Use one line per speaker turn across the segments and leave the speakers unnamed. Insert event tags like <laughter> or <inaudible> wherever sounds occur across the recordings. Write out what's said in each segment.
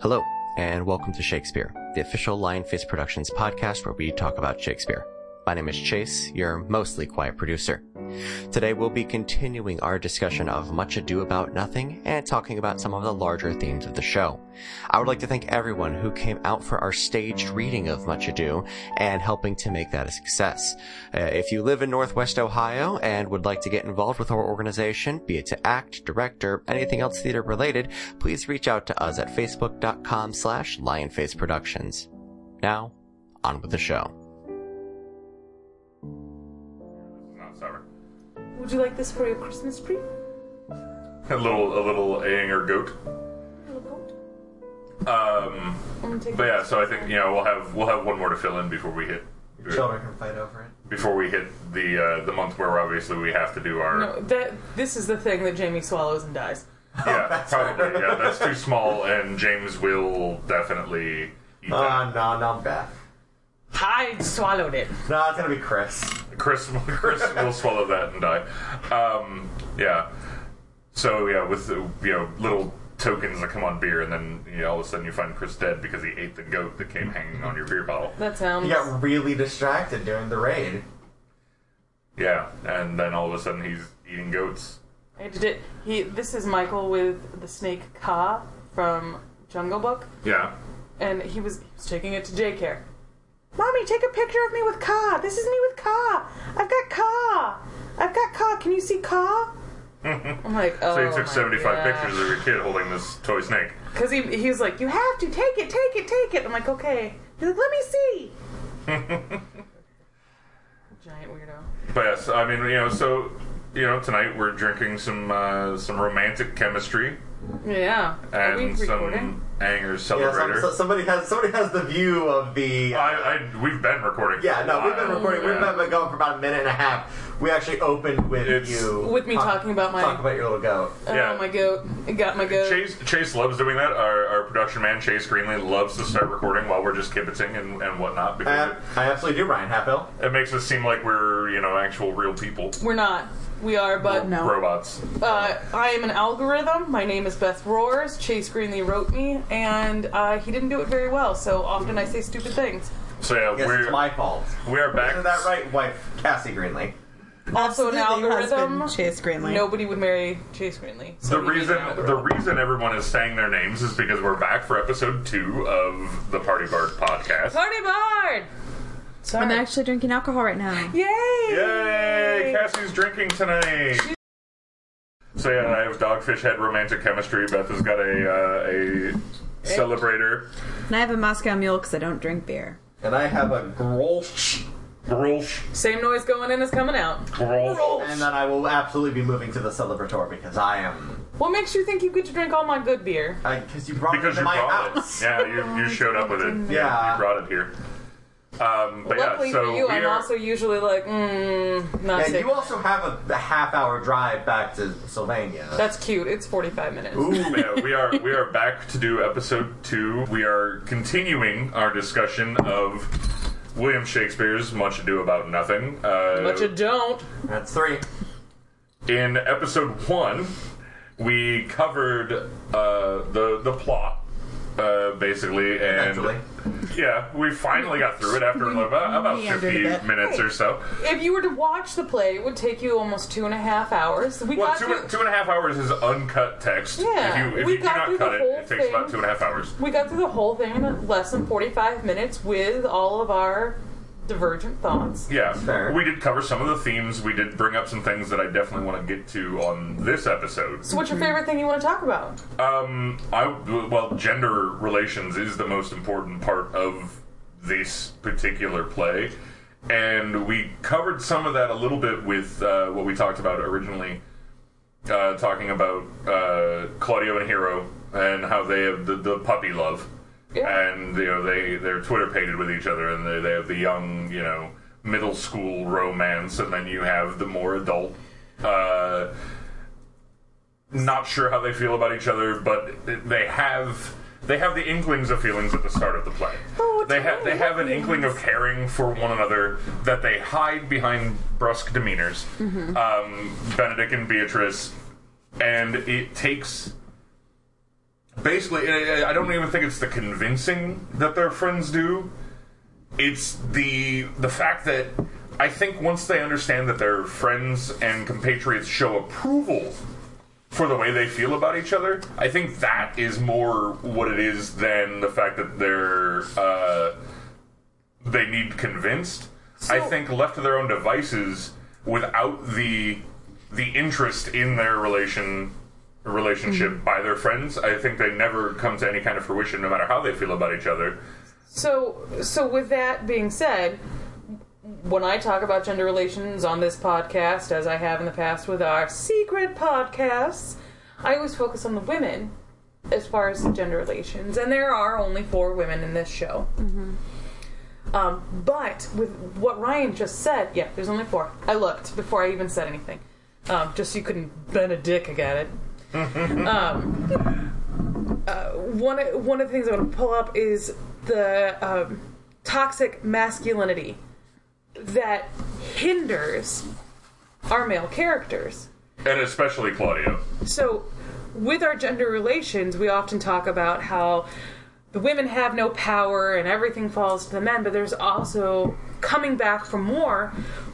Hello, and welcome to Shakespeare, the official Lionface Productions podcast where we talk about Shakespeare. My name is Chase, your mostly quiet producer. Today we'll be continuing our discussion of Much Ado About Nothing and talking about some of the larger themes of the show. I would like to thank everyone who came out for our staged reading of Much Ado and helping to make that a success. Uh, if you live in Northwest Ohio and would like to get involved with our organization, be it to act, direct, or anything else theater related, please reach out to us at facebook.com slash lionface productions. Now, on with the show.
No, Oh, sour. <laughs>
Would you like this for your Christmas tree?
A little, a little aying or goat. Um,
I'm taking
but yeah, so I think you know we'll have we'll have one more to fill in before we hit
Children can fight over it.
before we hit the uh, the month where obviously we have to do our
No, that this is the thing that Jamie swallows and dies.
<laughs>
yeah
Oh, That's right.
probably yeah that's too small and James will definitely eat
Uh, no, no, I'm back.
I swallowed it.
No, it's gonna be Chris.
that. Chris <laughs> Chris will swallow that and die. Um, yeah. So yeah, with the, you know little tokens that come on beer, and then you know, all of a sudden you find Chris dead because he ate the goat that came hanging on your beer bottle.
That sounds.
He got really distracted during the raid.
Yeah, and then all of a sudden he's eating goats.
I did it. He. This is Michael with the snake Ka from Jungle Book,
Yeah.
and he was he was taking it to daycare. Mommy, take a picture of me with Ka. This is me with Ka. I've got Ka. I've got Ka. Can you see
<laughs>
Ka? I'm like, oh.
So you took 75 pictures of your kid holding this toy snake. <laughs>
Because he, he was like, you have to take it, take it, take it. I'm like, okay. He's like, let me see. Giant weirdo.
But yes, I mean, you know, so, you know, tonight we're drinking some uh, some romantic chemistry
Yeah. Are we
and
recording?
some anger
Yeah, some,
celebrator.
so, somebody has somebody has the view of the. uh,
I, I, we've been recording. for
yeah,
a
no, we've been
while.
recording. We've
Oh, Yeah.
been, been going for about a minute and a half. We actually opened with
It's-
you
With me talking about my-
talk about your little goat.
Yeah.
Oh, my goat. I got my goat.
Chase, Chase loves doing that. Our, our production man, Chase Greenlee, loves to start recording while we're just kibitzing and, and whatnot
I,
because
I absolutely do, Ryan Hatfield.
it, it makes us seem like we're, you know, actual real people.
We're not. We are, but
Robots.
Uh, I am an algorithm. My name is Beth Roars. Chase Greenlee wrote me, and uh, he didn't do it very well, so often I say stupid things.
So yeah,
Yes,
we're,
it's my fault.
we are back.
Isn't that right, wife Cassie Greenlee?
Also, an
Absolutely,
algorithm.
husband, Chase Greenlee.
Nobody would marry Chase Greenlee.
The
so we need an
reason the
algorithm.
reason everyone is saying their names is because we're back for episode two of the Party Bird podcast.
Party Bard! Sorry.
I'm actually drinking alcohol right
<laughs>
now.
Yay!
Yay! Cassie's drinking tonight. So yeah, I have dogfish head romantic chemistry. Beth has got a uh, a celebrator.
And I have a Moscow Mule because I don't drink beer.
And I have a Grolsch.
Grolsch.
Same noise going in as coming out.
Grolsch.
And then I will absolutely be moving to the celebrator because I am.
What makes you think you get to drink all my good beer?
Because you brought
Because
me to
you
my
brought
house.
it. Yeah, you, you showed up with it.
Yeah.
you brought it here. Um, but
Luckily
yeah, so
for you,
we
I'm
are,
also usually like, mmm, not
And
sick.
you also have a, a half hour drive back to Sylvania.
That's cute. It's 45 minutes.
Ooh, yeah, we are we are back to do episode two. We are continuing our discussion of William Shakespeare's Much Ado About Nothing. Uh,
But you don't.
That's three.
in episode one, we covered uh, the the plot. Uh, basically, and
Eventually.
yeah, we finally got through it after about, about
meandered
fifty
a bit.
minutes or so.
If you were to watch the play, it would take you almost two and a half hours. We
Well,
got
two,
through,
two and a half hours is uncut text.
Yeah,
if you, if
we
you do
got
not
through
cut
the
it,
whole
it takes about
thing.
two and a half hours.
we got through the whole thing in less than 45 minutes with all of our divergent thoughts.
Yeah,
Fair.
we did cover some of the themes. We did bring up some things that I definitely want to get to on this episode.
So what's your favorite thing you want to talk about?
Um, I well, gender relations is the most important part of this particular play, and we covered some of that a little bit with uh, what we talked about originally, uh, talking about uh, Claudio and Hero and how they have the, the puppy love,
Yeah.
and you know they they're Twitter pated with each other, and they they have the young you know middle school romance, and then you have the more adult. Uh, not sure how they feel about each other, but they have they have the inklings of feelings at the start of the play.
Oh, it's
they have they
really
have an inkling of caring for one another that they hide behind brusque demeanors. Um, Benedict and Beatrice, and it takes basically, I I- I don't even think it's the convincing that their friends do. It's the the fact that I think once they understand that their friends and compatriots show approval for the way they feel about each other, I think that is more what it is than the fact that they're uh, they need convinced. I think left to their own devices, without the the interest in their relation relationship by their friends, I think they never come to any kind of fruition, no matter how they feel about each other.
So, so with that being said, when I talk about gender relations on this podcast, as I have in the past with our secret podcasts, I always focus on the women as far as gender relations, and there are only four women in this show. Um, but with what Ryan just said, yeah, there's only four. I looked before I even said anything, um, just so you couldn't bend a dick at it. one one of the things I want to pull up is the um, toxic masculinity that hinders our male characters.
And especially Claudio.
So, with our gender relations, we often talk about how the women have no power and everything falls to the men, but there's also coming back from war,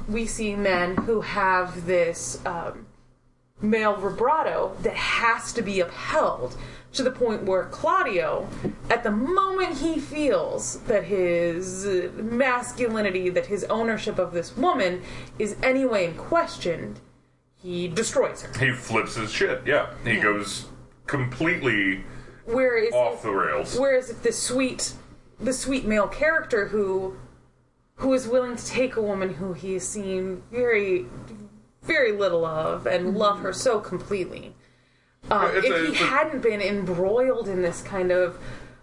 we see men who have this um, male vibrato that has to be upheld to the point where Claudio, at the moment he feels that his uh, masculinity, that his ownership of this woman is anyway in question, he destroys her.
He flips his shit. Yeah, he goes completely
Where is
off the rails.
Whereas if the sweet, the sweet male character who, who is willing to take a woman who he has seen very, very little of and love her so completely, uh,
Mm-hmm. It's
if
a-
he
it's a-
hadn't been embroiled in this kind of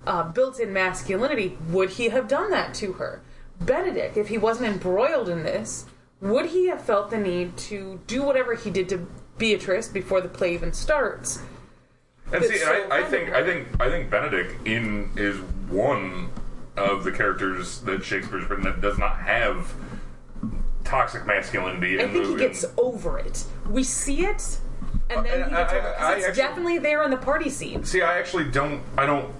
uh, built-in masculinity, would he have done that to her? Benedict, if he wasn't embroiled in this, would he have felt the need to do whatever he did to Beatrice before the play even starts?
And
It's
see,
so
I, I think I think I think Benedict in is one of the characters that Shakespeare's written that does not have toxic masculinity.
I
in
think
the,
he gets over it. We see it, and then he
Uh, I-
gets
I-
over it. 'cause
I
it's
actually-
definitely there in the party scene.
see i actually don't i don't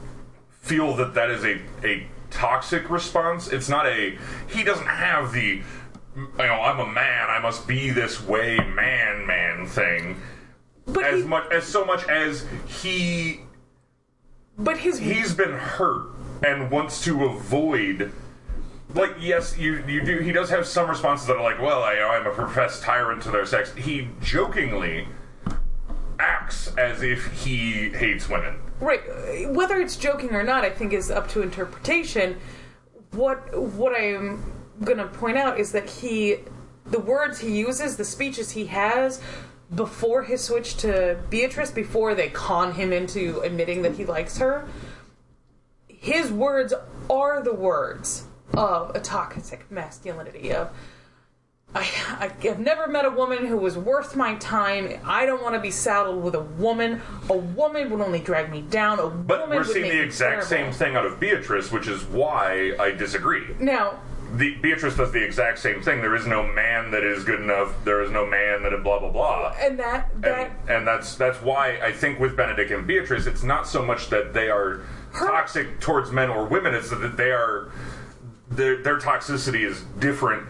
feel that that is a, a toxic response it's not a he doesn't have the you know i'm a man i must be this way man man thing
But
as
he,
much as so much as he
but his
he's been hurt and wants to avoid like yes you you do he does have some responses that are like well I, i'm a professed tyrant to their sex he jokingly acts as if he hates women
right, uh, whether it's joking or not, I think is up to interpretation. What what I am gonna point out is that he, the words he uses, the speeches he has. Before his switch to Beatrice, before they con him into admitting that he likes her, his words are the words of a toxic masculinity of I, I have never met a woman who was worth my time. I don't want to be saddled with a woman. A woman would only drag me down. A
But
woman
we're
would
seeing
make
the
me
exact same
terrible.
thing out of Beatrice, which is why I disagree.
Now,
The, Beatrice does the exact same thing. There is no man that is good enough. There is no man that blah blah blah.
and that that
And, and that's that's why I think with Benedict and Beatrice, it's not so much that they are toxic towards men or women; it's that they are their their toxicity is different.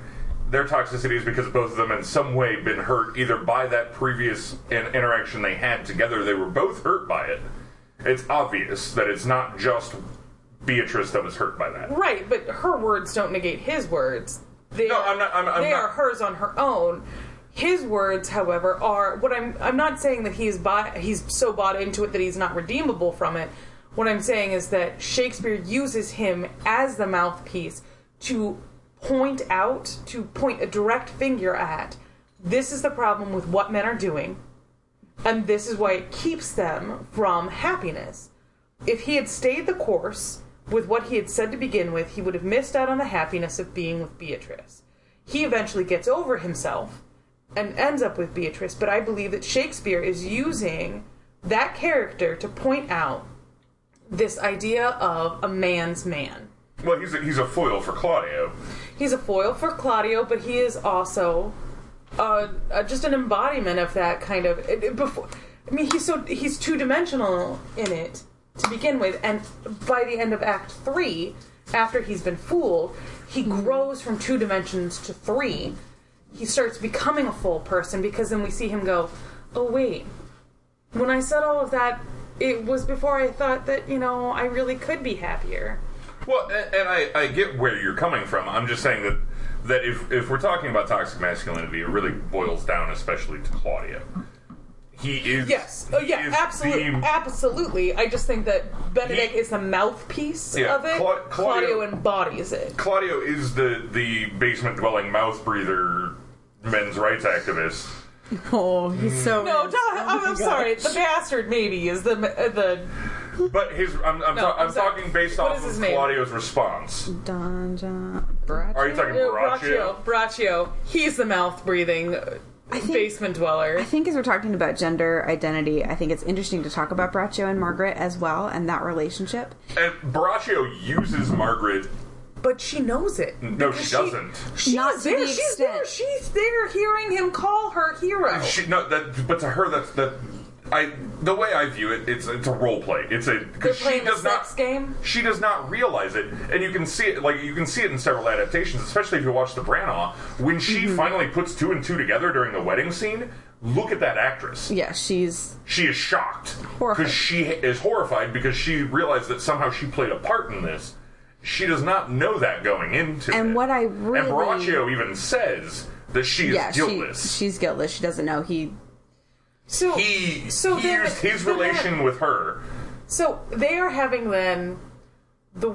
Their toxicity is because both of them, in some way, been hurt either by that previous in- interaction they had together. They were both hurt by it. It's obvious that it's not just Beatrice that was hurt by that.
right, but her words don't negate his words. They
No,
are,
I'm not- I'm- I'm
they
not-
are hers on her own. His words, however, are what I'm. I'm not saying that he's bought. He's so bought into it that he's not redeemable from it. What I'm saying is that Shakespeare uses him as the mouthpiece to point out, to point a direct finger at. This is the problem with what men are doing, and this is why it keeps them from happiness if he had stayed the course with what he had said to begin with, he would have missed out on the happiness of being with Beatrice. He eventually gets over himself and ends up with Beatrice, but I believe that Shakespeare is using that character to point out this idea of a man's man.
Well, he's a, he's a foil for Claudio.
He's a foil for Claudio, but he is also uh, uh, just an embodiment of that kind of. It, it- before, I mean, he's so he's two dimensional in it to begin with, and by the end of Act Three, after he's been fooled, he grows from two dimensions to three. He starts becoming a full person because then we see him go, "Oh wait, when I said all of that, it was before I thought that you know I really could be happier."
Well, a- and I, I get where you're coming from. I'm just saying that that if, if we're talking about toxic masculinity, it really boils down, especially to Claudio. He is
Yes. Oh,
he
yeah.
is
Absolutely.
the-
absolutely. I just think that Benedict
He-
is the mouthpiece
Yeah,
of it.
Cla- Claudio-
Claudio embodies it.
Claudio is the the basement dwelling mouth breather men's rights activist.
Oh, he's so.
No, don't, I'm, I'm sorry. The bastard maybe is the uh, the
But his I'm I'm,
No,
ta-
I'm
I'm
sorry.
talking based
What
off
is
of
his name?
Claudio's response.
Don John. Brad.
Are you talking Baraccio?
uh, Braccio. Braccio. He's the mouth breathing uh,
think-
basement dweller.
I think as we're talking about gender identity, I think it's interesting to talk about Braccio and Margaret as well and that relationship.
And Baraccio uses Margaret.
But she knows it.
No, she
She-
doesn't.
She's
Not to
there.
the
She's
extent.
there. She's there hearing him call her hero.
She, no, that. But to her, that's that. I the way I view it, it's it's a role play. It's a
They're
because she
playing a
does
sex
not.
game.
She does not realize it, and you can see it. Like you can see it in several adaptations, especially if you watch the Branagh. When she
Mm-hmm.
finally puts two and two together during the wedding scene, look at that actress.
Yeah, she's.
She is shocked
Horrified.
because she is horrified because she realized that somehow she played a part in this. She does not know that going into it.
And what I
and
really.
Baraccio even says that she is
yeah, she,
guiltless.
she's guiltless. She doesn't know he.
So
he
So
he
then-
used his
then that-
relation with her,
so they are having then the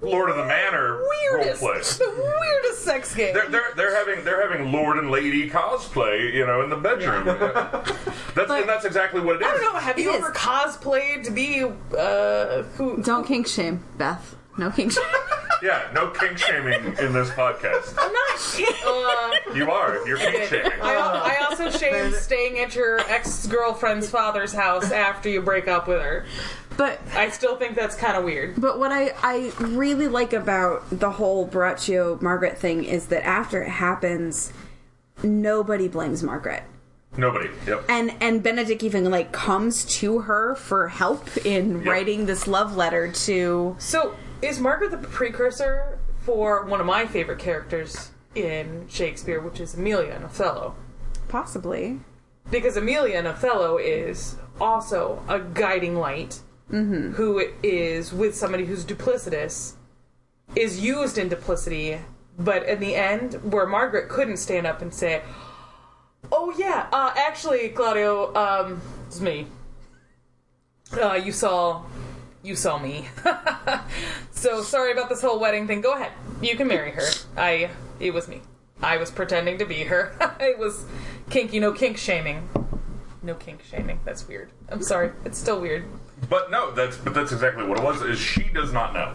Lord of the Manor
weirdest,
roleplay.
the weirdest sex game.
They're, they're, they're having they're having Lord and Lady cosplay, you know, in the bedroom.
<laughs>
that's and that's exactly what it is.
I don't know. Have you
It
ever
is.
cosplayed to be uh, who?
Don't kink shame, Beth. No kink
<laughs>
shame.
Yeah, no kink shaming in this podcast.
I'm not. Uh,
You are you're kink shaming.
I, al- I
<laughs>
also shame staying at your ex girlfriend's father's house after you break up with her.
But
I still think that's kind of weird.
But what I, I really like about the whole Baraccio Margaret thing is that after it happens, nobody blames Margaret.
Nobody. Yep.
And and Benedict even like comes to her for help in
Yep.
writing this love letter to
So, is Margaret the precursor for one of my favorite characters in Shakespeare, which is Amelia in Othello?
possibly.
because Amelia in Othello is also a guiding light who is with somebody who's duplicitous, is used in duplicity, but in the end, where Margaret couldn't stand up and say, "Oh yeah, uh, actually, Claudio, um, it's me. Uh, you saw, you saw me. so sorry about this whole wedding thing. Go ahead, you can marry her. I, it was me. I was pretending to be her. <laughs> it was kinky, no kink shaming." No kink shaming. That's weird. I'm sorry. It's still weird.
But no, that's but that's exactly what it was. Is she does not know,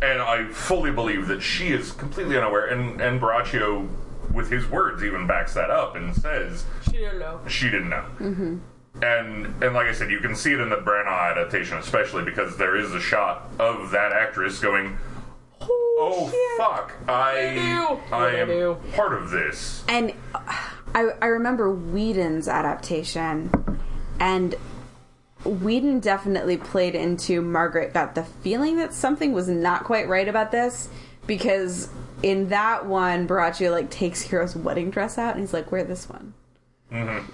and I fully believe that she is completely unaware. And and Baraccio, with his words, even backs that up and says she didn't know. And and like I said, you can see it in the Branagh adaptation, especially because there is a shot of that actress going, "Oh
shit.
fuck, I
What did I do?
I
What did I
am
do?"
part of this."
And uh, I, I remember Whedon's adaptation, and Whedon definitely played into Margaret got the feeling that something was not quite right about this because in that one, Baraccio like takes Hero's wedding dress out and he's like, "Wear this one."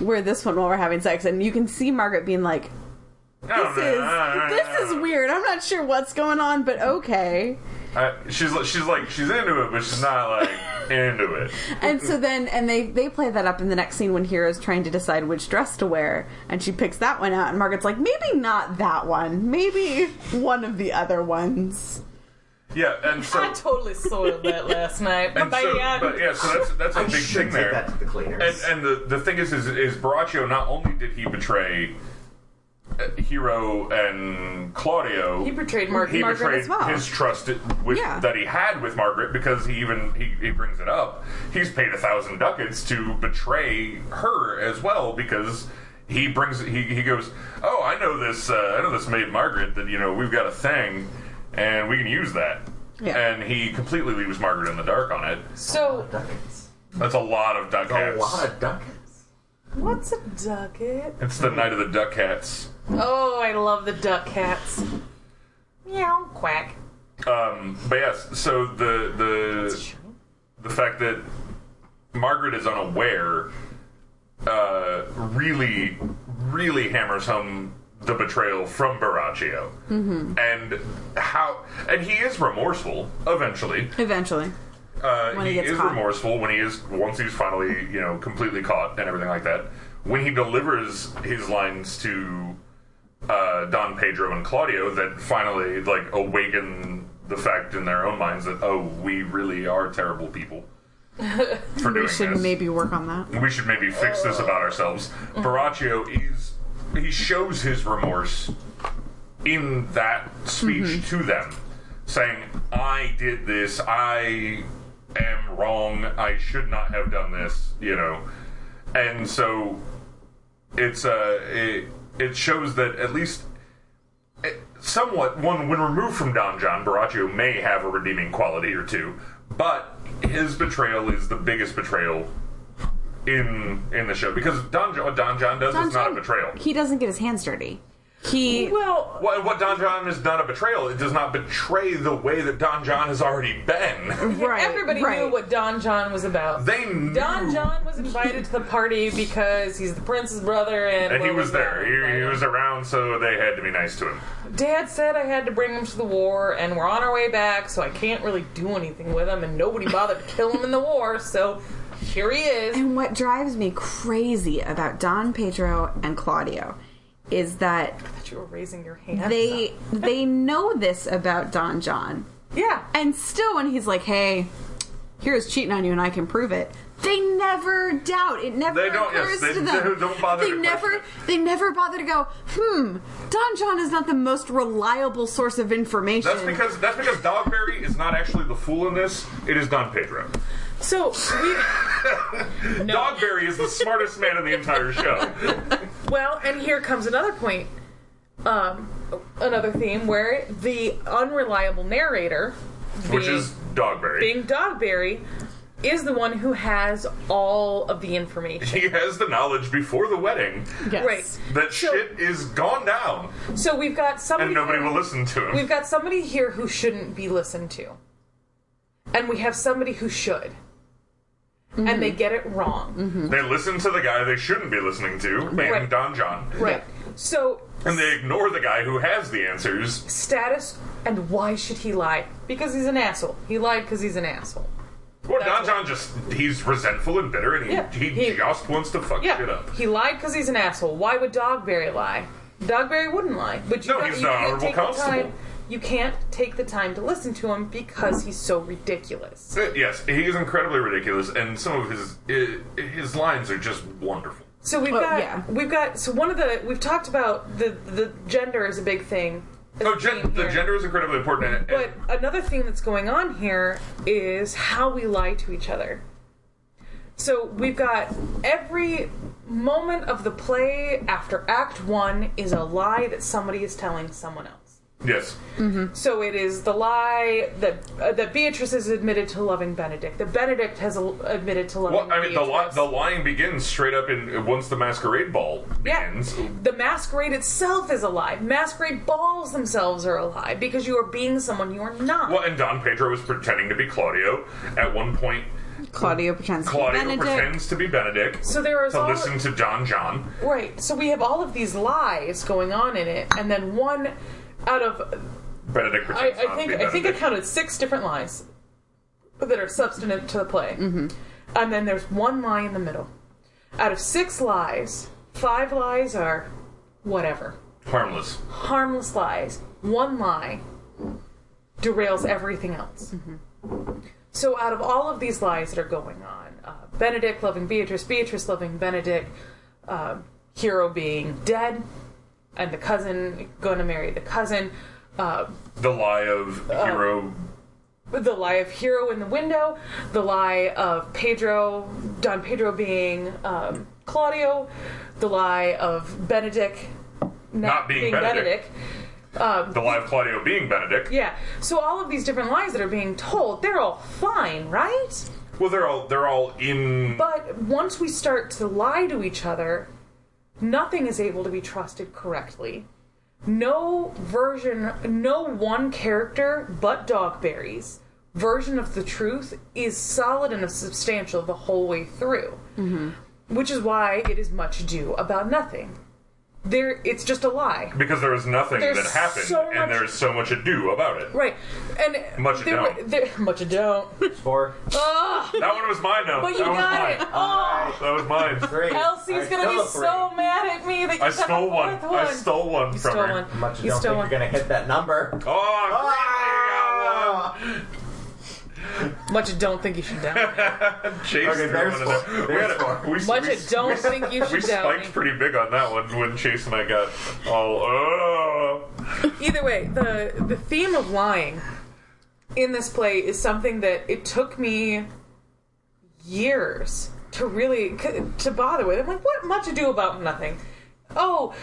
Wear this one while we're having sex, and you can see Margaret being like,
I don't
"This
know.
is this is weird. I'm not sure what's going on, but okay."
I- she's li- she's like she's into it, but she's not like <laughs> into it.
And so then, and they they play that up in the next scene when Hero's trying to decide which dress to wear, and she picks that one out, and Margaret's like, maybe not that one, maybe one of the other ones.
Yeah, and so.
I um, totally soiled that last night.
and
By
so-
the end-
but yeah, so that's that's a
You
big
should
thing
take
there.
that to the cleaners.
And, and the, the thing is, is, is Baraccio not only did he betray uh, Hero and Claudio,
he portrayed Mark.
he
Margaret
betrayed
as well.
his trust with,
Yeah.
that he had with Margaret because he even he, he brings it up. He's paid a thousand ducats to betray her as well because he brings he, he goes, oh I know this uh, I know this maid Margaret that you know we've got a thing and we can use that.
Yeah.
And he completely leaves Margaret in the dark on it.
so
Ducats.
That's a lot of duck
A
hats.
lot of ducats.
what's a ducat?
It's the night of the duck hats.
Oh, I love the duck cats. Meow, quack.
Um, but yes, so the the the fact that Margaret is unaware uh, really really hammers home the betrayal from Baraccio and how and he is remorseful eventually.
Eventually.
Uh,
When
he
he gets
is
caught.
remorseful when he is once he's finally you know completely caught and everything like that. When he delivers his lines to uh, Don Pedro and Claudio, that finally like awaken the fact in their own minds that oh, we really are terrible
<laughs>
people for doing
We should
this.
maybe work on that.
we should maybe fix this about ourselves. Baraccio is he shows his remorse in that speech to them, saying, "I did this. I am wrong. I should not have done this." You know, and so it's uh, it it shows that at least. eh, Somewhat, one when removed from Don John, Baraccio may have a redeeming quality or two, but his betrayal is the biggest betrayal in in the show because Don John, what Don John does is not a betrayal.
He doesn't get his hands dirty. He
Well,
Well, what Don John is not a betrayal. It does not betray the way that Don John has already been. <laughs>
Right.
everybody
right.
knew what Don John was about.
They knew.
Don John was invited to the party because he's the prince's brother, and
And he was there. He, he
Right.
was around, so they had to be nice to him.
Dad said I had to bring him to the war, and we're on our way back, so I can't really do anything with him, and nobody bothered to kill him in the war, so here he is.
And what drives me crazy about Don Pedro and Claudio is that
I thought you were raising your hand.
they they know this about Don John.
yeah,
And still when he's like, "Hey, here's cheating on you and I can prove it." They never doubt. It never
They don't- yes,
occurs
they
to them.
<laughs> don't- don't bother
they
to
never
question
they never bother to go, "Hmm, Don John is not the most reliable source of information."
Hmm.
That's because that's because Dogberry is not actually the fool in this. It is Don Pedro.
so we.
Dogberry
<laughs>
is the smartest man in the entire show.
Well, and here comes another point, um, another theme where the unreliable narrator,
Which
being-
is Dogberry.
being Dogberry, is the one who has all of the information.
he has the knowledge before the wedding
Yes.
Right.
that
So-
shit is gone down
So we've got somebody.
and nobody
who-
will listen to him.
We've got somebody here who shouldn't be listened to. And we have somebody who should. And they get it wrong.
They listen to the guy they shouldn't be listening to, named
Right.
Don John.
Right. So,
And they ignore the guy who has the answers.
status and why should he lie? Because he's an asshole. He lied because he's an asshole.
Well,
That's
Don
it.
John just, he's resentful and bitter, and he,
Yeah,
he,
he-
just wants to fuck shit
Yeah.
up.
He lied because he's an asshole. Why would Dogberry lie? Dogberry wouldn't lie. But you
No,
got-
he's
you
the
can't
honorable
take the
constable.
time- You can't take the time to listen to him because he's so ridiculous.
Uh, Yes, he is incredibly ridiculous, and some of his i- his lines are just wonderful.
So we've
Oh,
got
yeah.
we've got so one of the we've talked about the the gender is a big thing.
Oh, gen- the
here.
gender is incredibly important. and-
But
and-
another thing that's going on here is how we lie to each other. So we've got every moment of the play after act 1 is a lie that somebody is telling someone else.
yes,
So it is the lie that uh, that Beatrice has admitted to loving Benedict. That Benedict has al- admitted to loving
well, I mean the li-
Beatrice.
the lying begins straight up in once the masquerade ball
Yeah.
begins.
The masquerade itself is a lie. Masquerade balls themselves are a lie because you are being someone you are not.
Well, and Don Pedro is pretending to be Claudio. At one point,
Claudio pretends
Claudio
to be Benedict.
pretends to be Benedict.
So there is
to
all-
listen to Don John.
Right. So we have all of these lies going on in it, and then one out of
Benedict
I,
pretends not
I
to
think
be
I think I
Benedict.
counted six different lies that are substantive to the play, mm-hmm. and then there's one lie in the middle. Out of six lies, five lies are whatever
harmless.
harmless lies. One lie derails everything else. So, out of all of these lies that are going on, uh, Benedict loving Beatrice, Beatrice loving Benedict, um, Hero being dead, and the cousin going to marry the cousin, uh,
The lie of hero.
the lie of Hero in the window, the lie of Pedro, Don Pedro being um, Claudio, the lie of Benedict not,
being Benedict.
Benedict. Um,
the lie of Claudio being Benedict.
Yeah. So all of these different lies that are being told, they're all fine, right?
Well, they're all they're all in.
But once we start to lie to each other, nothing is able to be trusted correctly. No version, no one character but Dogberry's version of the truth is solid and substantial the whole way through. Which is why it is much ado about nothing. There, it's just a lie.
Because there was nothing
There's
that happened,
so much-
and there's so much ado about it.
Right. And
Much
there,
ado.
There, <laughs> much ado.
Four,
That one was mine, though.
But you
that was
got
mine.
it. Oh,
That was
<laughs>
mine.
three.
Elsie's
I
gonna
stole
be
a three.
so mad at me that you
I
got the
stole one.
fourth
I stole one
You
from
stole
her.
one.
Much you
you
don't
stole
think
one.
you're gonna hit that number.
Oh, I'm
Ah!
glad I got one.
Much you don't think you should down. me.
Chased her
Okay, there's
one
four.
another.
There's
we had a,
four.
we,
Much
we,
you don't think you
we
should down.
spiked
Me.
pretty big on that one when Chase and I got all. Oh.
Either way, the the theme of lying in this play is something that it took me years to really c- to bother with. I'm like, what much ado about nothing? Oh.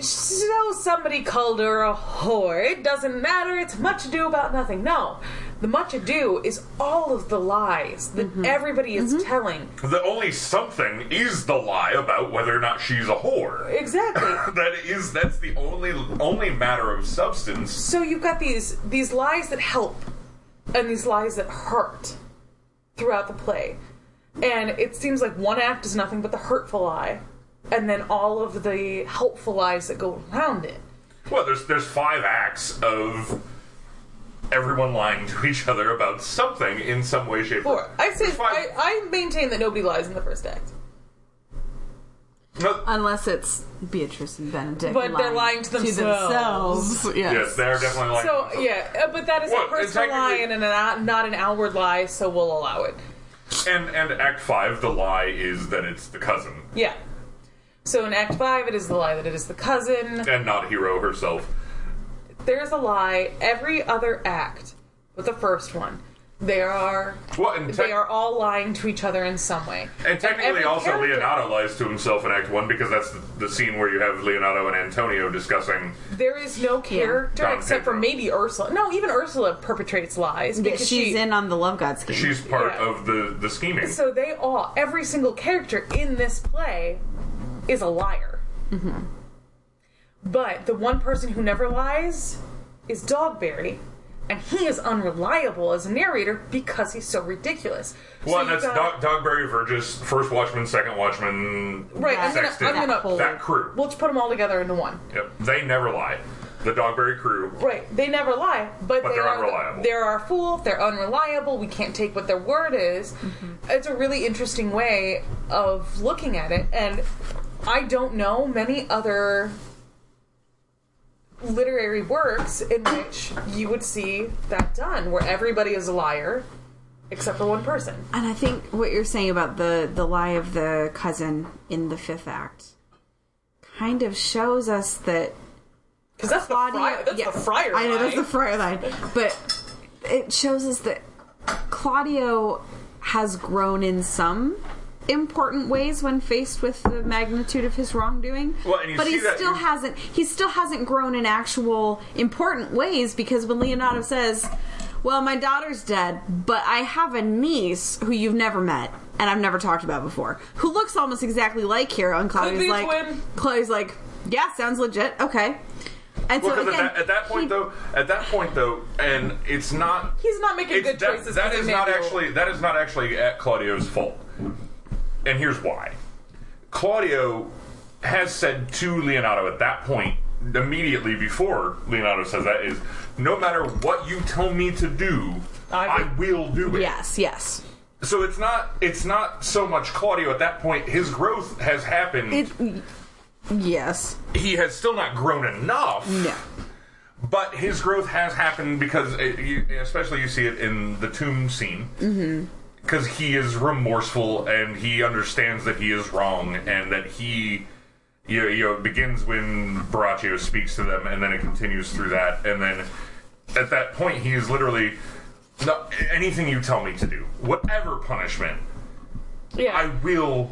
So somebody called her a whore. It doesn't matter. It's much ado about nothing. No, the much ado is all of the lies that everybody is telling.
The only something is the lie about whether or not she's a whore.
Exactly.
That is, that's the only only matter of substance.
so you've got these these lies that help and these lies that hurt throughout the play and it seems like one act is nothing but the hurtful lie and then all of the helpful lies that go around it
Well, there's there's five acts of everyone lying to each other about something in some way, shape, or
four
form.
i say
There's five-
I, I maintain that nobody lies in the first act
No,
Unless it's Beatrice and Benedict.
But they're lying to themselves.
themselves.
yes, they're definitely lying.
so yeah uh, but that is
Well,
a
and
personal lie
technically-
and an, out- not an outward lie so we'll allow it
And and Act Five, the lie is that it's the cousin
yeah so in act five it is the lie that it is the cousin
and not Hero herself.
there's a lie every other act but the first one they are
Well, and, tec-
they are all lying to each other in some way
and technically,
every
also
character-
Leonardo lies to himself in Act One because that's the, the scene where you have Leonardo and Antonio discussing.
there is no character
Don
except for
Pedro.
maybe ursula no even ursula perpetrates lies because
she's
she,
in on the Love God scheme.
She's part
Yeah.
of the the scheming.
so they all every single character in this play is a liar
Mm-hmm.
but the one person who never lies is dogberry and he is unreliable as a narrator because he's so ridiculous
well,
so
and
you've
that's
got-
Dog, Dogberry Verges, First Watchman, Second Watchman,
Right, I'm gonna-
Sexton,
I'm gonna-
that crew.
we'll just put them all together into one
Yep, they never lie. The Dogberry crew.
Right. They never lie, but,
But
they
they're
are
unreliable.
They're our fool. They're unreliable. We can't take what their word is.
Mm-hmm.
It's a really interesting way of looking at it, and I don't know many other literary works in which you would see that done, where everybody is a liar except for one person.
and I think what you're saying about the the lie of the cousin in the fifth act kind of shows us that
Because that's the friar. That's
yeah,
the friar.
I know that's
lie.
the friar line, but it shows us that Claudio has grown in some important ways when faced with the magnitude of his wrongdoing.
Well, and you
but
see
he
that-
still hasn't. He still hasn't grown in actual important ways because when Leonardo says, "Well, my daughter's dead, but I have a niece who you've never met." And I've never talked about before. Who looks almost exactly like Hero, and
be
Claudia's
a
like,
twin.
Chloe's like, yeah, sounds legit. Okay. And
Well,
so
'cause
again,
at, that, at that point,
he-
though, at that point, though, and it's not.
He's not making
it's-
good
that-
choices.
that
'cause
is
he
not
made-
actually that is not actually at Claudio's fault. And here's why. Claudio has said to Leonardo at that point, immediately before Leonardo says that, is no matter what you tell me to do,
I-
I, will do it.
yes, yes,
So it's not it's not so much Claudio at that point. His growth has happened.
it, yes,
he has still not grown enough.
no,
But his growth has happened because, it, you, especially, you see it in the tomb scene. Because he is remorseful and he understands that he is wrong and that he, you know, you know, it begins when Baraccio speaks to them and then it continues through that. And then at that point, he is literally, no, anything you tell me to do, whatever punishment, I
Yeah.
will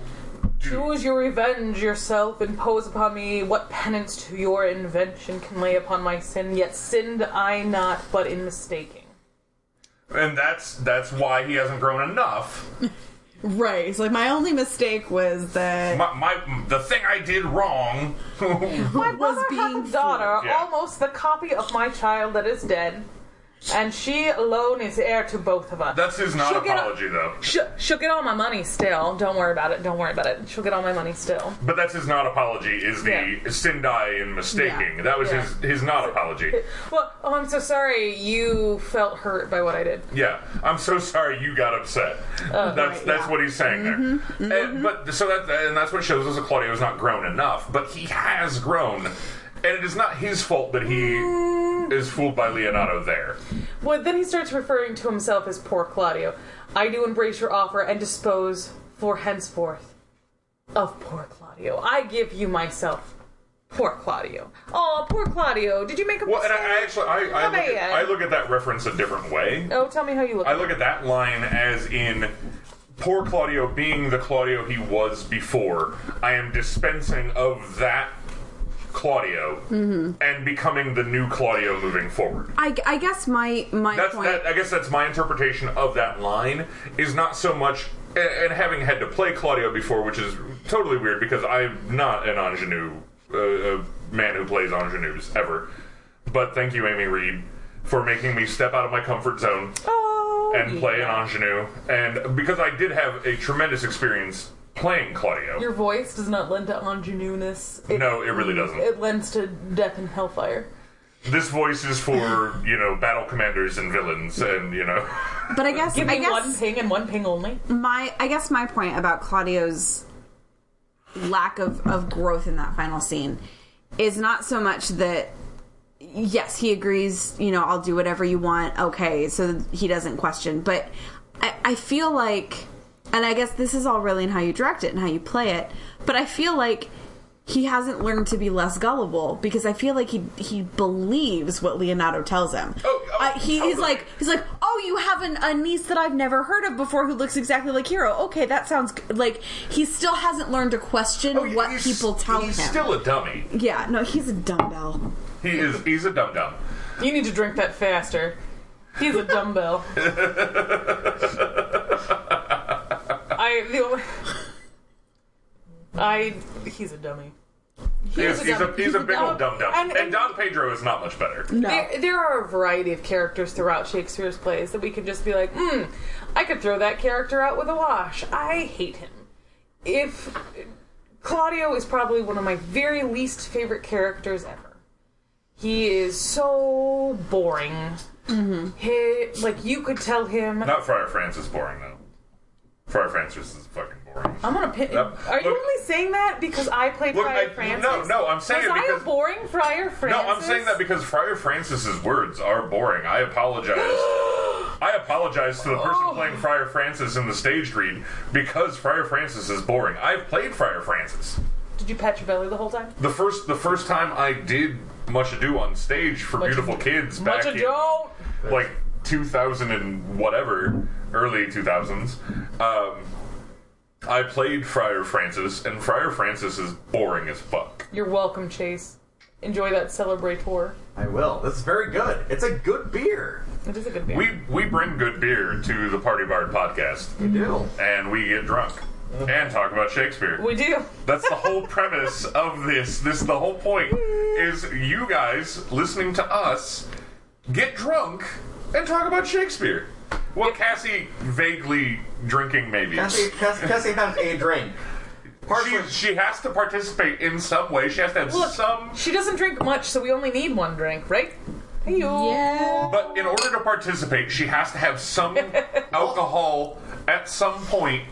do.
Choose your revenge yourself, impose upon me what penance to your invention can lay upon my sin, yet sinned I not, but in mistaking.
And that's that's why he hasn't grown enough.
Right. So like my only mistake was that
My, my the thing I did wrong. <laughs>
My
was
mother
being
has a daughter,
Yeah.
almost the copy of my child that is dead, and she alone is heir to both of us.
That's his non
She'll get all-
apology though.
She'll, she'll get all my money still. Don't worry about it. Don't worry about it. She'll get all my money still.
But that's his not apology is the
Yeah.
Sendai and mistaking.
Yeah.
That was
Yeah.
his his
<laughs>
not apology.
Well, oh, I'm so sorry you felt hurt by what I did.
Yeah, I'm so sorry you got upset.
Oh,
that's that's what he's saying
Mm-hmm,
there. And, but so that and that's what shows us that Claudio's not grown enough, but he has grown, and it is not his fault that he
Mm.
is fooled by Leonardo there.
Well, then he starts referring to himself as poor Claudio. I do embrace your offer and dispose for henceforth of poor Claudio. I give you myself. Poor Claudio. Oh, poor Claudio. Did you make a
Well, and
mistake?
I, I actually I I
How
look,
about
at,
you?
I look at that reference a different way.
Oh, tell me how you look.
I look at that line as in poor Claudio being the Claudio he was before. I am dispensing of that Claudio and becoming the new Claudio moving forward.
Mm-hmm. I, I guess my my
That's
point.
that. I guess that's my interpretation of that line. Is not so much a- and having had to play Claudio before, which is totally weird because I'm not an ingenue, uh, a man who plays ingenues ever. But thank you, Amy Reed, for making me step out of my comfort zone
oh,
and play
yeah.
an ingenue. And because I did have a tremendous experience playing Claudio,
Your voice does not lend to ingenueness.
<laughs>
It,
No, it really doesn't.
It lends to death and hellfire.
this voice is for you know battle commanders and villains, and you know
but I guess
Give
I
me one
guess
ping and one ping only.
my I guess my point about Claudio's lack of, of growth in that final scene is not so much that yes, he agrees, you know, I'll do whatever you want, okay, so he doesn't question. But I, I feel like and I guess this is all really in how you direct it and how you play it, but I feel like he hasn't learned to be less gullible because I feel like he he believes what Leonardo tells him.
Oh, oh,
uh, he, he's
totally.
like he's like, oh, you have an, a niece that I've never heard of before who looks exactly like Hero. Okay, that sounds g-. like he still hasn't learned to question what
Oh, he's-
people tell
he's
him.
still a dummy.
yeah, no, he's a dumbbell.
He is. He's a dum dum.
You need to drink that faster. He's a dumbbell. I. The, only- I. He's a dummy. He
He's,
is
he's a
dummy.
he's a big old dum dum.
And-
And,
and-
Don Pedro is not much better.
No,
There, there are a variety of characters throughout Shakespeare's plays that we could just be like, hmm, I could throw that character out with a wash. I hate him. If Claudio is probably one of my very least favorite characters ever. He is so boring. He, like you could tell him,
Not Friar Francis boring though. Friar Francis is fucking boring.
I'm gonna pin.
Yep.
Are you
Look-
only saying that because I played
Look,
Friar
I-
Francis?
no, no, I'm saying
Was
it
I
because-
a boring Friar Francis?
No, I'm saying that because Friar Francis's words are boring. I
<gasps>
apologize. I apologize to the person
Oh.
playing Friar Francis in the stage read because Friar Francis is boring. I've played Friar Francis.
Did you pat your belly the whole time?
The first the first time I did Much Ado on stage for
Much
Beautiful
Ado-
Kids back
Much
in
ado.
like 2000 and whatever, early 2000s. Um, I played Friar Francis, and Friar Francis is boring as fuck.
You're welcome, Chase. Enjoy that celebrator.
I will. This is very good. It's a good beer.
It is a good beer.
We we bring good beer to the Party Bard podcast,
You do.
and we get drunk and talk about Shakespeare.
We do.
That's the whole premise of this. This the whole point is you guys listening to us get drunk and talk about Shakespeare. Well, Cassie vaguely drinking maybe.
Cassie, Cass- Cassie has a drink.
She,
Partially.
she has to participate in some way. She has to have
Look,
some.
she doesn't drink much, so we only need one drink, right? Hey,
yeah,
But in order to participate, she has to have
<laughs>
some alcohol at some point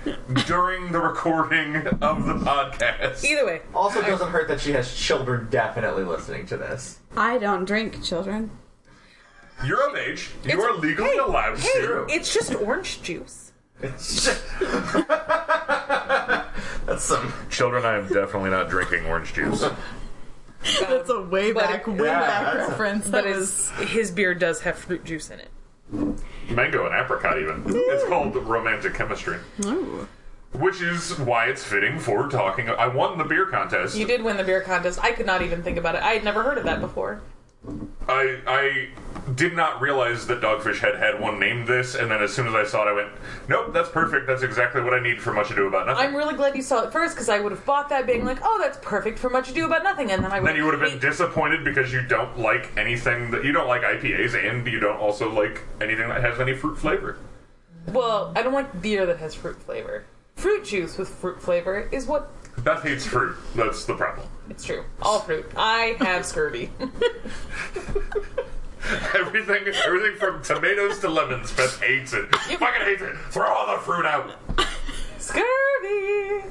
during the recording of the podcast.
Either way,
Also, doesn't hurt that she has children definitely listening to this. <laughs>
I don't drink, children.
You're of age. You are legally allowed to.
it's just orange juice.
That's some.
Children, I am definitely not drinking orange juice.
that's a way back, way
Yeah,
back
that's a-
reference.
But
that was
his, his beer does have fruit juice in it.
Mango and apricot, even. It's called romantic chemistry. Which is why it's fitting for talking. I won the beer contest.
You did win the beer contest. I could not even think about it. I had never heard of that before.
I I did not realize that Dogfish had had one named this, and then as soon as I saw it, I went, "Nope, that's perfect. That's exactly what I need for Much Ado About Nothing."
I'm really glad you saw it first because I would have bought that being like, oh, that's perfect for Much Ado About Nothing, and then I would.
then you would have been disappointed because you don't like anything that you don't like IPAs, and you don't also like anything that has any fruit flavor.
Well, I don't like beer that has fruit flavor. Fruit juice with fruit flavor is what
Beth hates fruit. That's the problem.
it's true. All fruit. I have scurvy. <laughs>
Everything, everything from tomatoes to lemons. Beth hates it. Fucking hates it. Throw all the fruit out.
scurvy.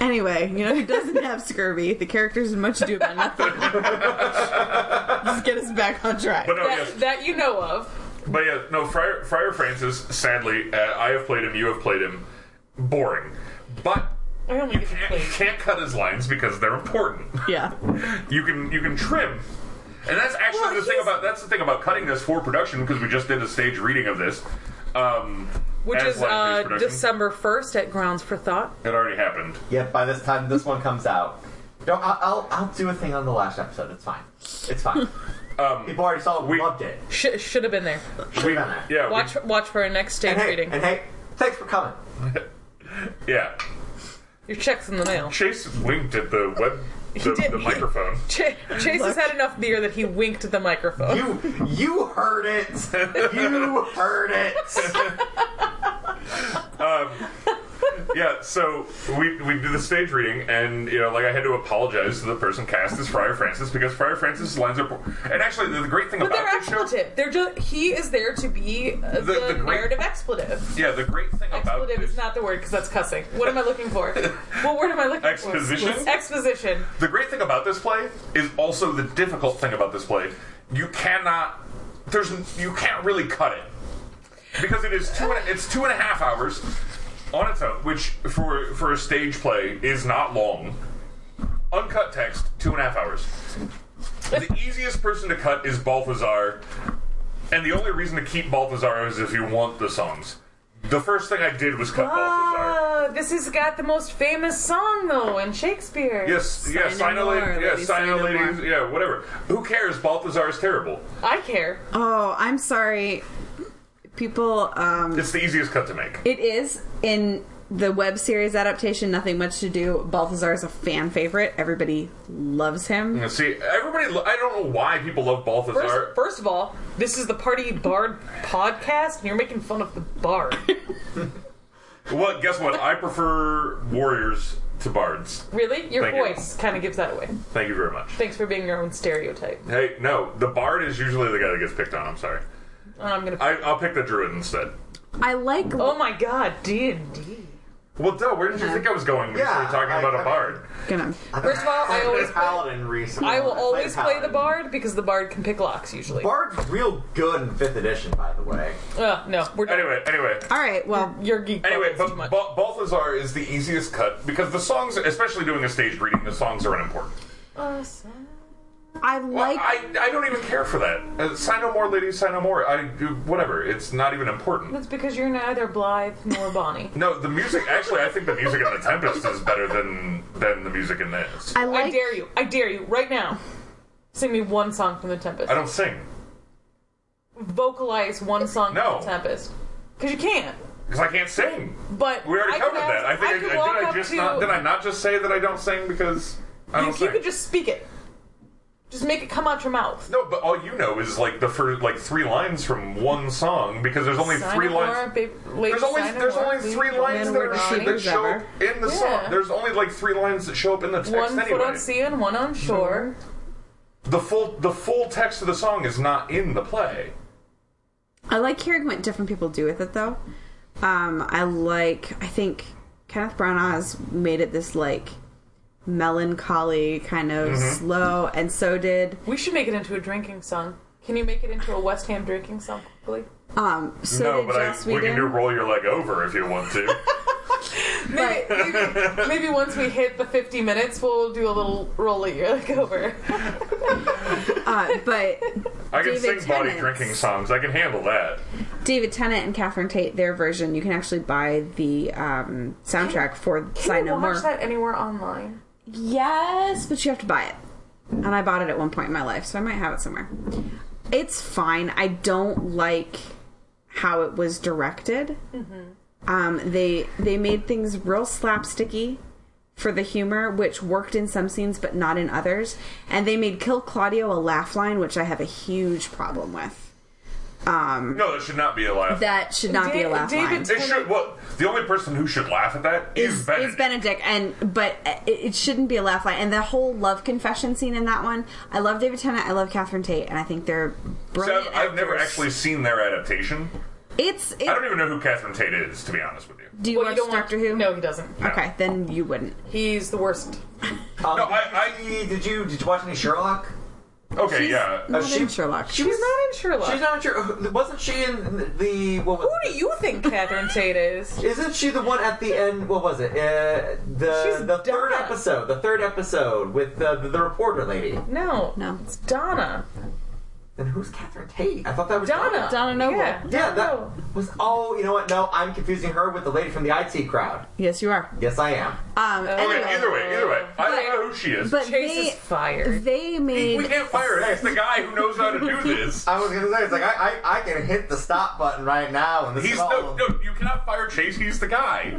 Anyway, you know who doesn't have scurvy? The characters in Much Ado About Nothing. Just get us back on track.
But no, yes.
That, that you know of.
But yeah, no, Friar, Friar Francis, sadly, uh, I have played him, you have played him. Boring. But
I only
you
get to
can't,
play.
you can't cut his lines because they're important.
Yeah.
You can you can trim. And that's actually
Well,
the thing
he's-
about that's the thing about cutting this for production because we just did a stage reading of this. Um,
Which
as
is
Lionsgate's
uh,
production.
December 1st at Grounds for Thought.
It already happened.
Yet by this time this one comes out, don't, I'll, I'll I'll do a thing on the last episode. It's fine.
<laughs>
It's fine.
Um,
People already saw it.
We-
loved it.
Sh- should have been there.
We, yeah.
yeah, we-
Watch watch for our next stage
And hey,
reading.
and hey, thanks for coming.
yeah.
Your check's in the mail.
Chase winked at the web the,
did.
the microphone.
<laughs>
Ch- Chase has had enough beer that he winked at the microphone.
You you heard it. You heard it.
yeah, so we we did the stage reading, and you know, like I had to apologize to the person cast as Friar Francis because Friar Francis lines are. po- And actually, the, the great thing
but they're
about this show,
expletive. They're just he is there to be uh,
The-
the,
the great-
narrative expletive.
yeah, the great thing about
Expletive
this,
is not the word because that's cussing. What am I looking
<laughs>
for? what word am I looking
Exposition?
for? Exposition.
the great thing about this play is also the difficult thing about this play. You cannot, there's, you can't really cut it because it is two, and, it's two and a half hours on its own, which for for a stage play is not long. Uncut text, two and a half hours. The easiest person to cut is Balthazar, and the only reason to keep Balthazar is if you want the songs. The first thing I did was cut Balthazar.
Ah, this has got the most famous song though in Shakespeare.
Yes, yeah,
no
sign a
more,
lady, yeah,
lady,
sign
sign
a
no
lady,
more.
yeah, whatever. Who cares? Balthazar is terrible.
I care.
Oh, I'm sorry. People, um,
It's the easiest cut to make.
it is in the web series adaptation, Nothing Much to Do. Balthazar is a fan favorite. Everybody loves him.
Now, See, everybody, lo- I don't know why people love Balthazar.
First, first of all, this is the Party Bard podcast, and you're making fun of the
<laughs>
bard.
Well, guess what? I prefer warriors to bards.
Really, your
Thank you.
voice kind of gives that away.
Thank you very much.
Thanks for being your own stereotype.
Hey, no, the bard is usually the guy that gets picked on. I'm sorry.
I'm gonna.
I, I'll pick the druid instead.
I like.
oh my God, D and D.
Well, duh, where did you think I was going when
Yeah,
you started talking
I-
about a
I-
bard?
Gonna,
First of all, <laughs> I always play-
paladin recently.
I will
played
always play
paladin.
the bard because the bard can pick locks usually.
Bard's real good in fifth edition, by the way.
Uh, no, we're done.
Anyway, anyway.
all right, well,
You're geek.
Anyway,
bubbles
but
too much.
Ba- Balthazar is the easiest cut because the songs, especially doing a stage reading, the songs are unimportant.
I like.
I, I don't even care for that. Uh, sign no more, ladies, sign no more. I, whatever. It's not even important.
That's because you're neither Blythe nor Bonnie.
No, the music. Actually, I think the music in the Tempest is better than than the music in this.
I like.
I dare you. I dare you right now. Sing me one song from The Tempest.
I don't sing
Vocalize one song
No.
from The Tempest. Because you can't.
because I can't sing.
But
We already
I
covered
could
that. I
ask-
think I,
could
I,
walk
did. I
up
just
to,
not, did I not just say that I don't sing because I
you,
don't
you
sing.
could just speak it. Just make it come out your mouth.
no, but all you know is like the first like three lines from one song because there's only
Sign
three
of
lines.
war, babe- late
There's only
sign of
there's
war,
only
babe-
three lines
man
that
were
are
not
that
neighbors
show
ever.
up in the
Yeah.
song. There's only like three lines that show up in the text
One
anyway.
foot on sea and one on shore.
the full the full text of the song is not in the play.
I like hearing what different people do with it, though. Um, I like. I think Kenneth Branagh has made it this like melancholy kind of
Mm-hmm.
slow, and so did
We should make it into a drinking song. Can you make it into a West Ham drinking song quickly?
um, so
no,
did
but I,
Joss
we can
Whedon.
do roll your leg over if you want
<laughs>
to.
Maybe, maybe, maybe once we hit the 50 minutes, we'll do a little rolly like
<laughs>
over.
uh, but
I can
David
sing body
Tennant's.
drinking songs. I can handle that.
David Tennant and Catherine Tate, their version, you can actually buy the um, soundtrack for Sign
Can you
No More.
watch that anywhere online?
Yes, but you have to buy it. And I bought it at one point in my life, so I might have it somewhere. it's fine. I don't like how it was directed.
Mm-hmm.
Um, they they made things real slapsticky for the humor, which worked in some scenes but not in others. And they made Kill Claudio a laugh line, which I have a huge problem with.
No, that should not be a laugh.
That should not be a
Da-
laugh
David
line.
it should. Well, the only person who should laugh at that is,
is,
Benedict.
is Benedict, and but it, it shouldn't be a laugh line. And the whole love confession scene in that one, I love David Tennant, I love Catherine Tate, and I think they're
So
brilliant.
I've, I've never
actors.
actually seen their adaptation.
It's. It,
I don't even know who Catherine Tate is, to be honest with you.
do you
Well,
watch
you don't
Doctor
want,
Who?
No, he doesn't.
Okay, then you wouldn't.
He's the worst.
Um,
No, I-
did, you, see- did you did you watch any Sherlock?
Okay, yeah.
Uh,
Not in Sherlock.
She
She's
was
not in Sherlock.
She's not sure. Wasn't she in the what was?
Who do you think Catherine Tate is?
Isn't she the one at the end? What was it? Uh, the
She's
the third
Donna.
episode. The third episode with the, the, the reporter lady.
No,
No.
it's Donna.
Then who's Catherine Tate? I thought that was
Donna.
Donna Noble.
Yeah.
Yeah, that
Noble.
was. Oh, you know what? No, I'm confusing her with the lady from the IT crowd.
Yes, you are.
Yes, I am.
Um,
Okay,
anyway,
either way, either way. I don't know who she is.
but
Chase is
they
fired.
they
we
made
can't fire it. It's the guy who knows how to
<laughs>
do this.
I was gonna say it's like I, I, I can hit the stop button right now, and this
He's
is all.
no, no. You cannot fire Chase. He's the guy.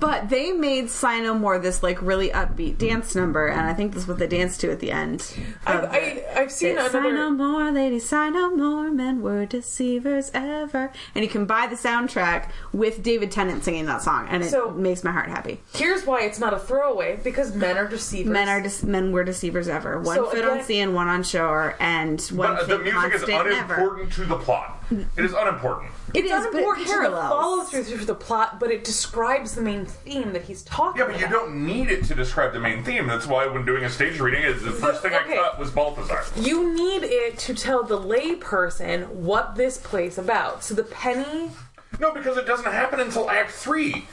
but they made Sign No More this like really upbeat dance number, and I think that's what they danced to at the end. Um,
I've,
of it.
I, I've seen
It's Sign no
another.
more, ladies, sign no more, men were deceivers ever. And you can buy the soundtrack with David Tennant singing that song, and it
So-
makes my heart happy.
Here's why it's not a throwaway because men are deceivers.
Men are de- men were deceivers ever. One
So
foot on
again-
sea and one on shore, and one
But
thing
the music is
constant never.
unimportant to the plot. It is unimportant.
It
It's
is, but it
unimportant to the
parallels.
follow through through the plot, but it describes the main theme that he's talking.
Yeah, but you
about.
don't need it to describe the main theme. That's why when doing a stage reading, it's the first thing I
Okay.
cut was Balthazar.
You need it to tell the layperson what this play's about. So the penny
No, because it doesn't happen until Act Three.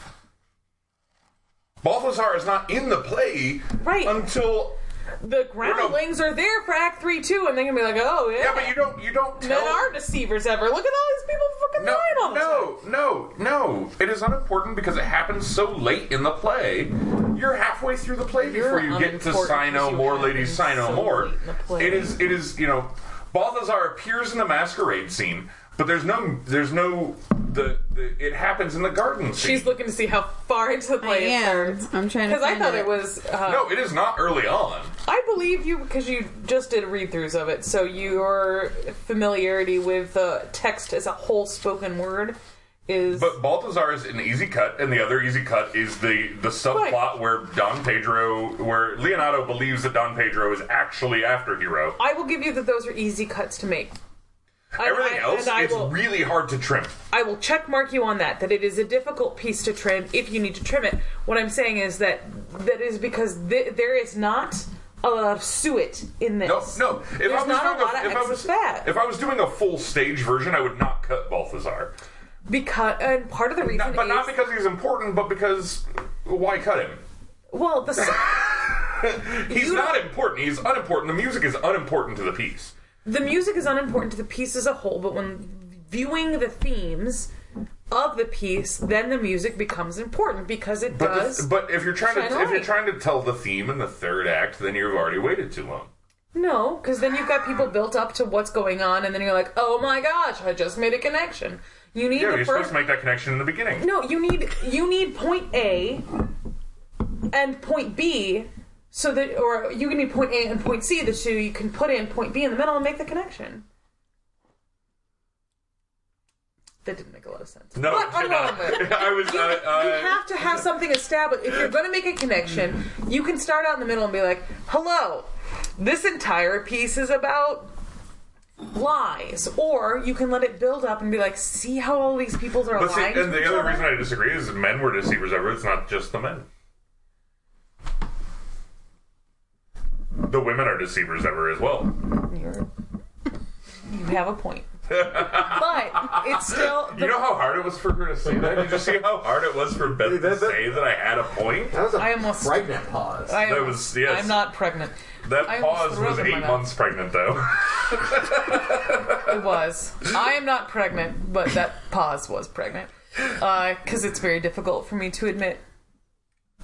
Balthazar is not in the play
Right.
until
The groundlings are there for Act Three too, and they're gonna be like, "Oh yeah,
yeah, but you don't you don't
men
tell
are deceivers ever. Look at all these people fucking
no,
dying all the
no, no, no. It is unimportant because it happens so late in the play. You're halfway through the play before
You're
you get to
unimportant
sign
because
no
you
more,
happen
ladies, sign no
so
more.
late in the play.
It is, it is, you know, Balthazar appears in the masquerade scene, but there's no, there's no, the, the it happens in the garden scene.
She's looking to see how far into the play it
am.
starts.
I'm trying to
because I
find
thought it,
it.
was. Uh,
no, it is not early on.
I believe you because you just did read-throughs of it, so your familiarity with the text as a whole spoken word is.
But Balthazar is an easy cut, and the other easy cut is the the subplot
Right.
where Don Pedro, where Leonardo believes that Don Pedro is actually after Hero.
I will give you that those are easy cuts to make. And
Everything
I-
else,
and I
it's
will-
really hard to trim.
I will check mark you on that that it is a difficult piece to trim if you need to trim it. What I'm saying is that that is because th- there is not a lot of suet in this.
No, no. If
There's
I was
not a
doing
lot
if
of
I
excess
was,
fat.
If I was doing a full stage version, I would not cut Balthazar.
because and part of the reason
Not- but
is
not because he's important, but because why cut him? <laughs>
well the s-
He's
You-
not important. He's unimportant. The music is unimportant to the piece.
the music is unimportant to the piece as a whole, but when viewing the themes of the piece, then the music becomes important because it
But,
does.
the- but if you're trying to
Shine a
if you're
light.
trying to tell the theme in the third act, then you've already waited too long.
No, because then you've got people built up to what's going on, and then you're like, oh my gosh, I just made a connection. You need
Yeah,
the
you're supposed
first.
to make that connection in the beginning.
no, you need you need point A and point B, so that or you need point A and point C, that so you can put in point B in the middle and make the connection. That didn't make a lot of sense.
No,
but
it did not. <laughs>
irrelevant.
I was. uh, I,
You
I,
have to have something established. If you're going to make a connection, you can start out in the middle and be like, hello, this entire piece is about lies. Or you can let it build up and be like, see how all these people are
but see,
lying.
and
to
the
each
other
other?"
reason I disagree is men were deceivers ever. It's not just the men. The women are deceivers ever as well.
You're- you have a point. but it's still.
<laughs> You know how hard it was for her to say that? Did you see how hard it was for Beth to say that I had a point?
That was a
I almost-
pregnant pause.
I,
that was- yes.
I'm not pregnant.
That
I almost
pause
threw
was
up in my
eight
mouth.
months pregnant, though. <laughs>
It was. I am not pregnant, but that pause was pregnant. Because it's very difficult for me to admit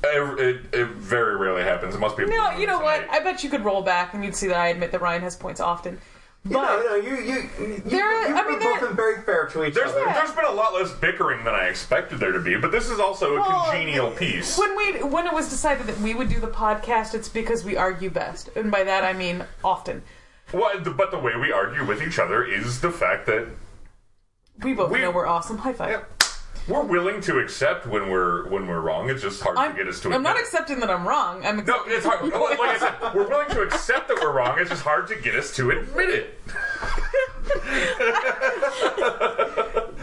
it, it, it very rarely happens. It must be.
No, you know what? I bet you could roll back and you'd see that I admit that Ryan has points often.
You know, you, know, you, you, you,
There-
you
I mean,
were both
there-
been very fair to each
There's,
other.
there's been a lot less bickering than I expected there to be, but this is also a
Well,
congenial piece.
When we when it was decided that we would do the podcast, it's because we argue best, and by that I mean often.
Well, the- but the way we argue with each other is the fact that
We both
We-
know we're awesome. High five.
yeah, we're willing to accept when we're when we're wrong. It's just hard
I'm,
to get us to.
I'm not
admit it.
accepting that I'm wrong. I'm
No,
accepting
it's hard. Like I said, we're willing to accept that we're wrong. It's just hard to get us to admit it.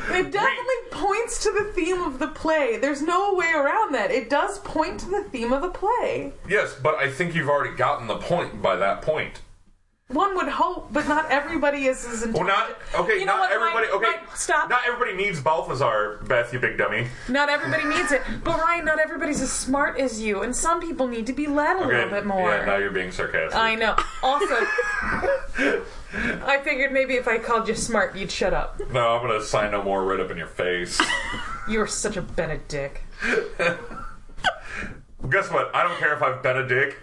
It definitely points to the theme of the play. There's no way around that. It does point to the theme of the play.
Yes, but I think you've already gotten the point by that point.
One would hope, but not everybody is as
Well,
intelligent.
not okay.
You know
not
what,
everybody.
Ryan?
okay,
Ryan, stop.
Not everybody needs Balthazar, Beth. You big dummy.
Not everybody needs it. But Ryan, not everybody's as smart as you, and some people need to be led a
Okay.
little bit more.
Yeah, now you're being sarcastic.
I know. Also, I figured maybe if I called you smart, you'd shut up.
No, I'm gonna sign no more right up in your face. <laughs>
You are such a Benedict.
Guess what? I don't care if I've been a dick.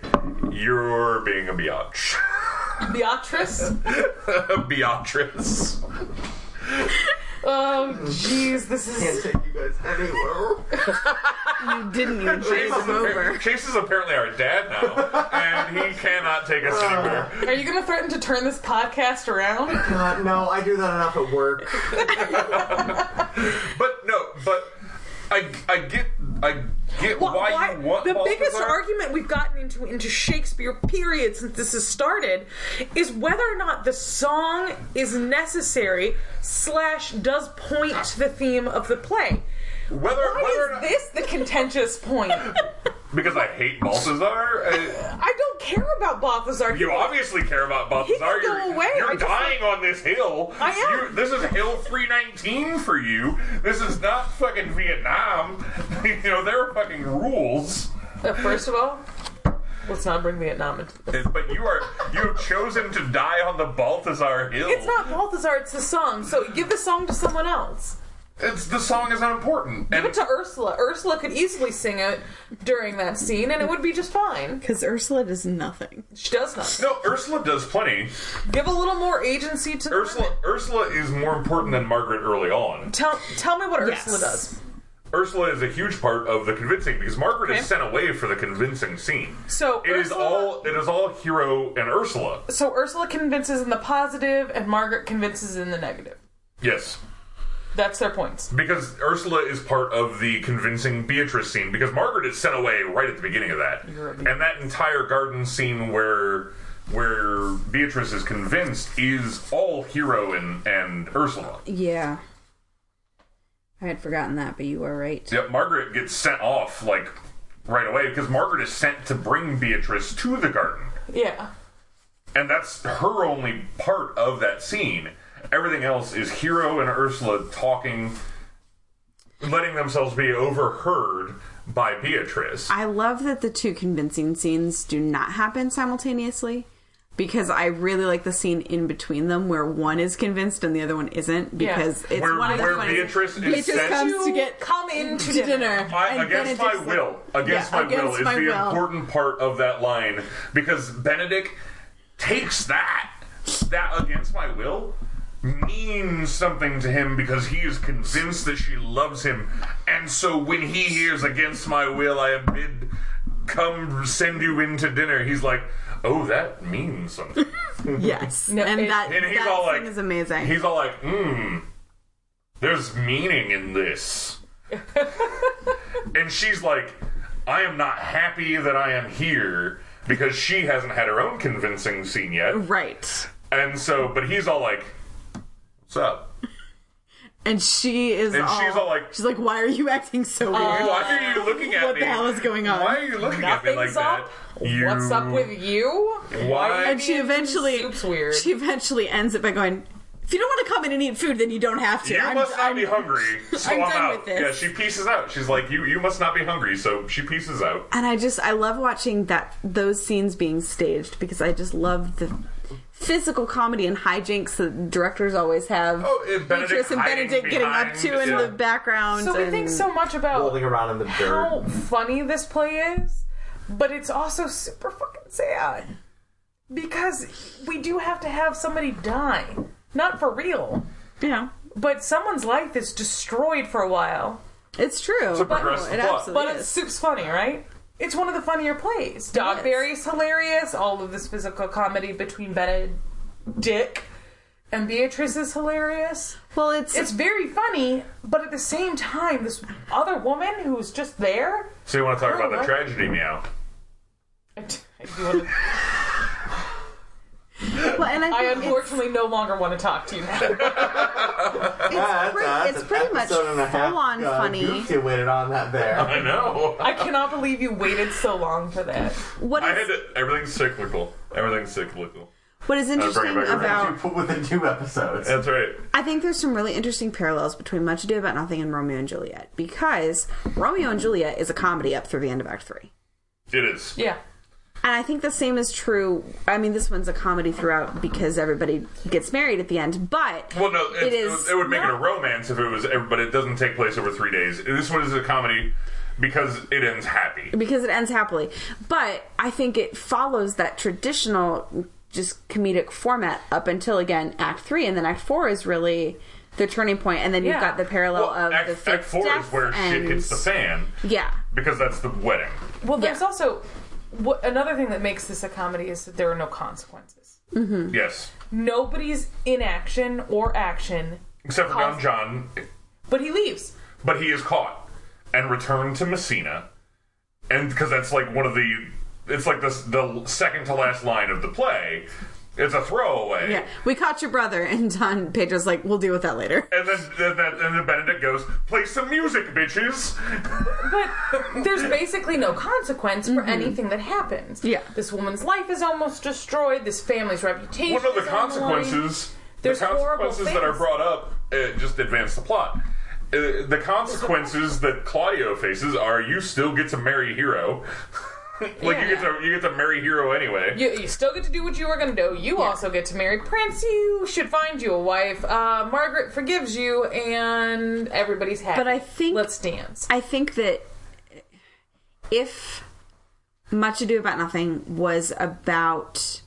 You're being a biatch. <laughs>
Beatrice?
a Beatrice.
Oh, jeez, this
Can't
is.
take you guys
<laughs>
anywhere.
Didn't
<laughs>
even
Chase
raise
is,
him
appar-
over.
Chase is apparently our dad <laughs> now, and he cannot take us anywhere.
Are you going to threaten to turn this podcast around?
God, Uh, no, I do that enough at work.
But no, but I, I get I get
Well,
why,
why-
you want
the
Balthazar.
biggest argument we've gotten into into Shakespeare period since this has started is whether or not the song is necessary slash does point to the theme of the play.
Whether whether or
Why
not,
is this the contentious point?
because I hate Balthazar. I,
I don't care about Balthazar.
you obviously care about Balthazar.
He can go
You're,
away.
you're
I just-
dying on this hill.
I am.
You- this is Hill 319 for you. This is not fucking Vietnam. <laughs> you know there are fucking rules.
Uh, First of all, let's not bring Vietnam into this.
But you are you have chosen to die on the Balthazar hill.
It's not Balthazar, it's the song. So give the song to someone else.
It's the song is unimportant.
Give it to Ursula. Ursula could easily sing it during that scene, and it would be just fine.
Because Ursula does nothing.
She does not.
no, Ursula does plenty.
Give a little more agency to the
Ursula
women.
Ursula is more important than Margaret early on.
Tell, tell me what
Yes.
Ursula does.
Ursula is a huge part of the convincing because Margaret
Okay.
is sent away for the convincing scene.
So
It is
Ursula,
all it is all hero and Ursula.
So Ursula convinces in the positive, and Margaret convinces in the negative.
Yes.
That's their points.
Because Ursula is part of the convincing Beatrice scene because Margaret is sent away right at the beginning of that.
You're a
And that entire garden scene where where Beatrice is convinced is all hero and, and Ursula.
Yeah. I had forgotten that, but you are right.
Yep, Margaret gets sent off like right away because Margaret is sent to bring Beatrice to the garden,
Yeah.
and that's her only part of that scene. Everything else is Hero and Ursula talking, letting themselves be overheard by Beatrice.
I love that the two convincing scenes do not happen simultaneously because I really like the scene in between them where one is convinced and the other one isn't
Yeah.
because it's
Where-
one of the
where
one
Beatrice is
Beatrice
sent-
comes to
You
get
come in to
to
dinner.
dinner.
I,
and
against my
Benedict's like-
will. Against
Yeah,
my will
against
is
my
the
will.
important part of that line because Benedict takes that. That against my will means something to him because he is convinced that she loves him. And so when he hears against my will, I am bid come send you in to dinner, he's like, oh, that means something.
Yes.
No,
and
it-
that,
And he's
that
all
scene
like,
is amazing.
He's all like, mmm, there's meaning in
<laughs>
this. and she's like, I am not happy that I am here because she hasn't had her own convincing scene yet.
right.
And so, but he's all like, What's up?
And she is
And she's all like-
she's like, why are you acting
Oh.
so weird?
Why are you looking at
what
me?
the hell is going on?
Why are you looking at me like
Nothing's up.
that? You-
What's up with you?
Why?
and she
Being
eventually
soup's weird.
she eventually ends it by going, if you don't want to come in and eat food, then you don't have to.
You
I'm-
must not
I'm-
be hungry, so
I'm
I'm,
done
out.
with this.
Yeah, she pieces out. She's like, you, you must not be hungry, so she pieces out.
and I just I love watching that those scenes being staged because I just love the physical comedy and hijinks that directors always have.
Oh, and Benedict
Beatrice and
hiding
Benedict getting up
behind,
to in
yeah.
the background.
So we
and-
think so much about
Holding around in the
Oh. how
dirt.
funny this play is, but it's also super fucking sad. because we do have to have somebody die. Not for real,
Yeah.
but someone's life is destroyed for a while.
It's true.
To progress the
it
plot.
absolutely
But it's
is.
soup's funny, right? It's one of the funnier plays. Dogberry's hilarious. All of this physical comedy between Ben and Dick and Beatrice is hilarious.
Well, it's,
It's very funny, but at the same time, this other woman who's just there.
So you want to talk about
Oh,
the
what?
tragedy meow?
I do want to-
<laughs> well, and
I
I think <laughs> it's-
unfortunately no longer want to talk to you now.
Ah, that's,
pretty-
that's
it's
an
pretty much
episode and a half,
full-on
uh,
funny.
goof You waited on that
<laughs>
there.
I know.
I cannot believe you waited so long for that.
what
I
is
had to, everything's cyclical. Everything's cyclical.
what is interesting
back around.
about
You put within two episodes.
That's right.
I think there's some really interesting parallels between Much Ado About Nothing and Romeo and Juliet because Romeo and Juliet is a comedy up through the end of Act Three,
It is.
Yeah.
and I think the same is true. I mean, this one's a comedy throughout because everybody gets married at the end, but
Well, no, it,
It is
it would make it a
not-
romance if it was, but it doesn't take place over three days. This one is a comedy because it ends happy.
because it ends happily. But I think it follows that traditional just comedic format up until again Act Three, and then Act Four is really the turning point, and then
Yeah.
you've got the parallel of
act,
the fifth
act four is
death
where
and
shit hits the fan
yeah,
because that's the wedding.
Well, there's
Yeah.
also what, another thing that makes this a comedy is that there are no consequences.
Mm.
Yes,
Nobody's inaction or action,
except for Don
Cause-
John,
but he leaves.
but he is caught and returned to Messina, and because that's like one of the, it's like this the second to last line of the play. It's a throwaway.
yeah. We caught your brother, and Don Pedro's like, "We'll deal with that later."
And then, then, then, and then Benedict goes, play some music, bitches.
But there's basically no consequence for anything that happens.
Mm-hmm. Yeah.
This woman's life is almost destroyed. This family's reputation.
What are the
is on line.
consequences?
There's
the
horrible
consequences that are
things.
brought up uh, just advance the plot. Uh, the consequences that Claudio faces are you still get to marry Hero. <laughs> like you get to you get to marry Hero anyway.
You, you still get to do what you were going to do. You also get to marry Prince. You should find you a wife. Uh, Margaret forgives you, and everybody's happy.
But I think-
let's dance.
I think that if Much Ado About Nothing was about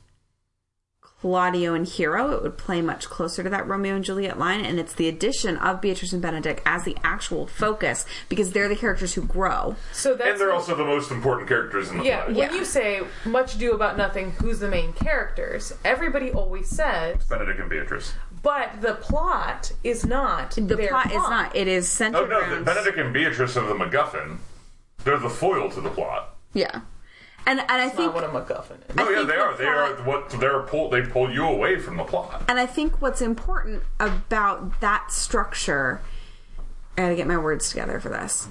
Claudio and Hero, it would play much closer to that Romeo and Juliet line, and it's the addition of Beatrice and Benedict as the actual focus because they're the characters who grow.
So that's
and they're
what-
also the most important characters in the
yeah.
plot.
When you say "much ado about nothing," who's the main characters? Everybody always says,
Benedict and Beatrice.
but the plot is not
The
their
plot is not; it is centered
Oh no, the,
around-
Benedict and Beatrice are the MacGuffin. They're the foil to the plot.
yeah, and and I
Not
think
what a MacGuffin is.
Oh yeah,
think
they
the
are. They are what they're pull. They pull you away from the plot.
And I think what's important about that structure, I gotta get my words together for this.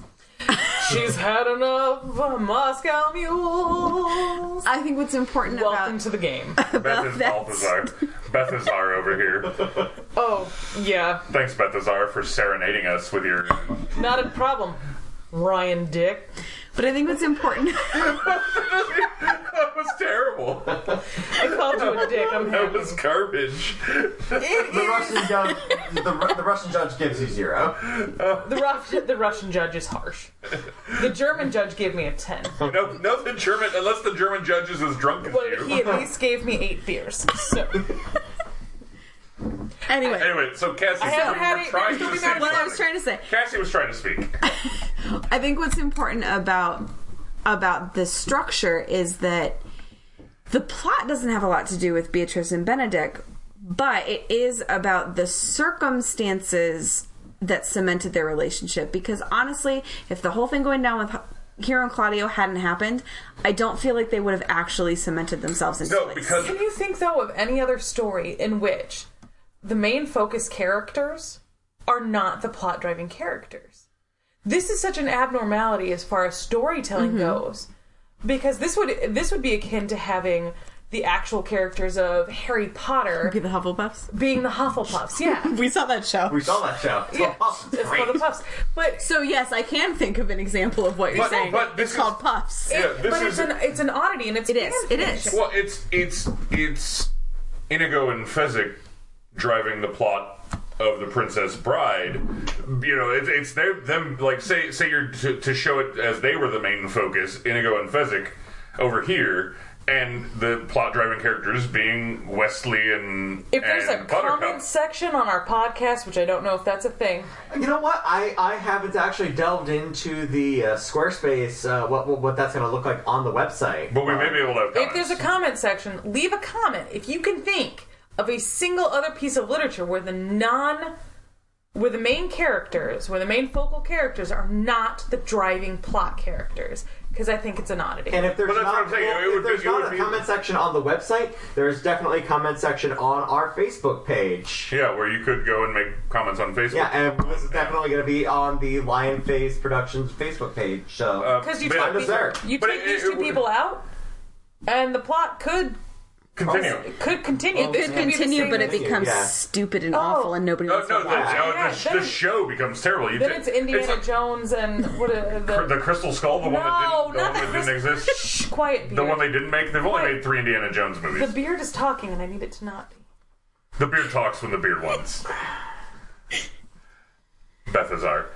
She's had enough of Moscow mules.
I think what's important
Welcome
about
to the game.
Beth is
that's-
Balthazar. Bethazar over here.
Oh yeah,
Thanks, Bethazar, for serenading us with your.
not a problem. Ryan Dick.
but I think
<laughs>
what's important <laughs>
That was terrible.
I called you a dick. I'm
That
happy.
was garbage.
the Russian judge, the, the Russian judge gives you zero.
The, Rus- the Russian judge is harsh. The German judge gave me a 10.
No, no, the German, unless the German judge is as drunk as
Well, he
you.
at least gave me eight beers. So,
anyway.
Anyway, so Cassie,
haven't
we
had
were
it.
trying
Don't
to
be
say
mad at
What I
something.
was trying to say,
Cassie was trying to speak.
I think what's important about about this structure is that the plot doesn't have a lot to do with Beatrice and Benedict, but it is about the circumstances that cemented their relationship. Because honestly, if the whole thing going down with Hero and Claudio hadn't happened, I don't feel like they would have actually cemented themselves into
No,
place.
because
can you think, though, of any other story in which the main focus characters are not the plot driving characters? This is such an abnormality as far as storytelling
Mm-hmm.
goes. Because this would this would be akin to having the actual characters of Harry Potter
the Hufflepuffs.
being the Hufflepuffs. Yeah.
<laughs> We saw that show.
We saw that show. It's
Yeah.
awesome.
It's called the Puffs. But
So yes, I can think of an example of what you're
But-
saying.
but this
it's called
is-
Puffs.
yeah, this
but
is
it's an it's an oddity and it's
It is. It is.
well, it's it's it's Inigo and Fezzik driving the plot of the Princess Bride. You know, it, it's their them like say say you're to, to show it as they were the main focus. Inigo and Fezzik over here and the plot driving characters being Wesley and
If there's
and
a
Buttercup.
comment section on our podcast, which I don't know if that's a thing,
You know what? I, I haven't actually delved into the uh, Squarespace uh, what, what what that's going to look like on the website.
but we may be able to have
if
comments.
there's a comment section, leave a comment. If you can think of a single other piece of literature where the non where the main characters, where the main focal characters are not the driving plot characters, because I think it's an oddity.
And if there's
But that's
not,
what I'm saying.
well,
It
if
would be-
there's
it
not
would
a
be-
comment section on the website, there's definitely a comment section on our Facebook page.
yeah, where you could go and make comments on Facebook.
Yeah, and this is definitely going to be on the Lion Face Productions Facebook page. So
Because you
But-
take, these,
Dessert.
you
But
take
it-
these
it
two
would-
people out, and the plot could
continue.
could continue.
It could continue, but it
thing.
becomes
Yeah.
stupid and
Oh.
awful, and nobody
Oh,
wants
no,
to
the,
watch. it.
oh,
Yeah,
the,
then
the
it's-
show becomes terrible. You
Then
take-
it's Indiana
like
Jones and what
<laughs>
are
cr- the
the,
Crystal Skull, the
no,
one that didn't, the
not
one that
the
didn't
Chris-
exist,
<laughs> Shh, quiet
<laughs>
beard.
the one they didn't make. They've only
Wait.
made three Indiana Jones
the
movies.
beard is talking, and I need it to not be.
The beard talks when the beard wants. Bethazar.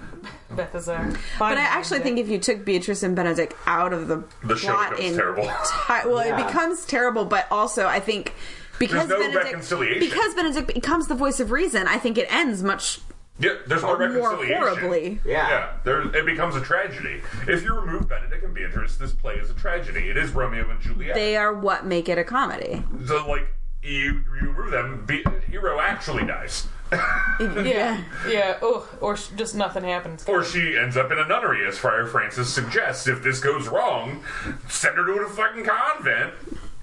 Beth is there.
But I actually think if you took Beatrice and Benedict out of the,
The show
plot
becomes
in
terrible.
<laughs> ti- well,
Yeah.
it becomes terrible, but also I think because
no
Benedict
reconciliation.
because Benedict becomes the voice of reason, I think it ends much
Yeah, there's no
more
reconciliation.
horribly.
yeah.
Yeah, there, it becomes a tragedy. If you remove Benedict and Beatrice, this play is a tragedy. It is Romeo and Juliet.
They are what make it a comedy.
so, like, you, you remove them, be, hero actually dies.
yeah, yeah, ugh, or sh- just nothing happens.
Or she ends up in a nunnery, as Friar Francis suggests. If this goes wrong, send her to a fucking convent.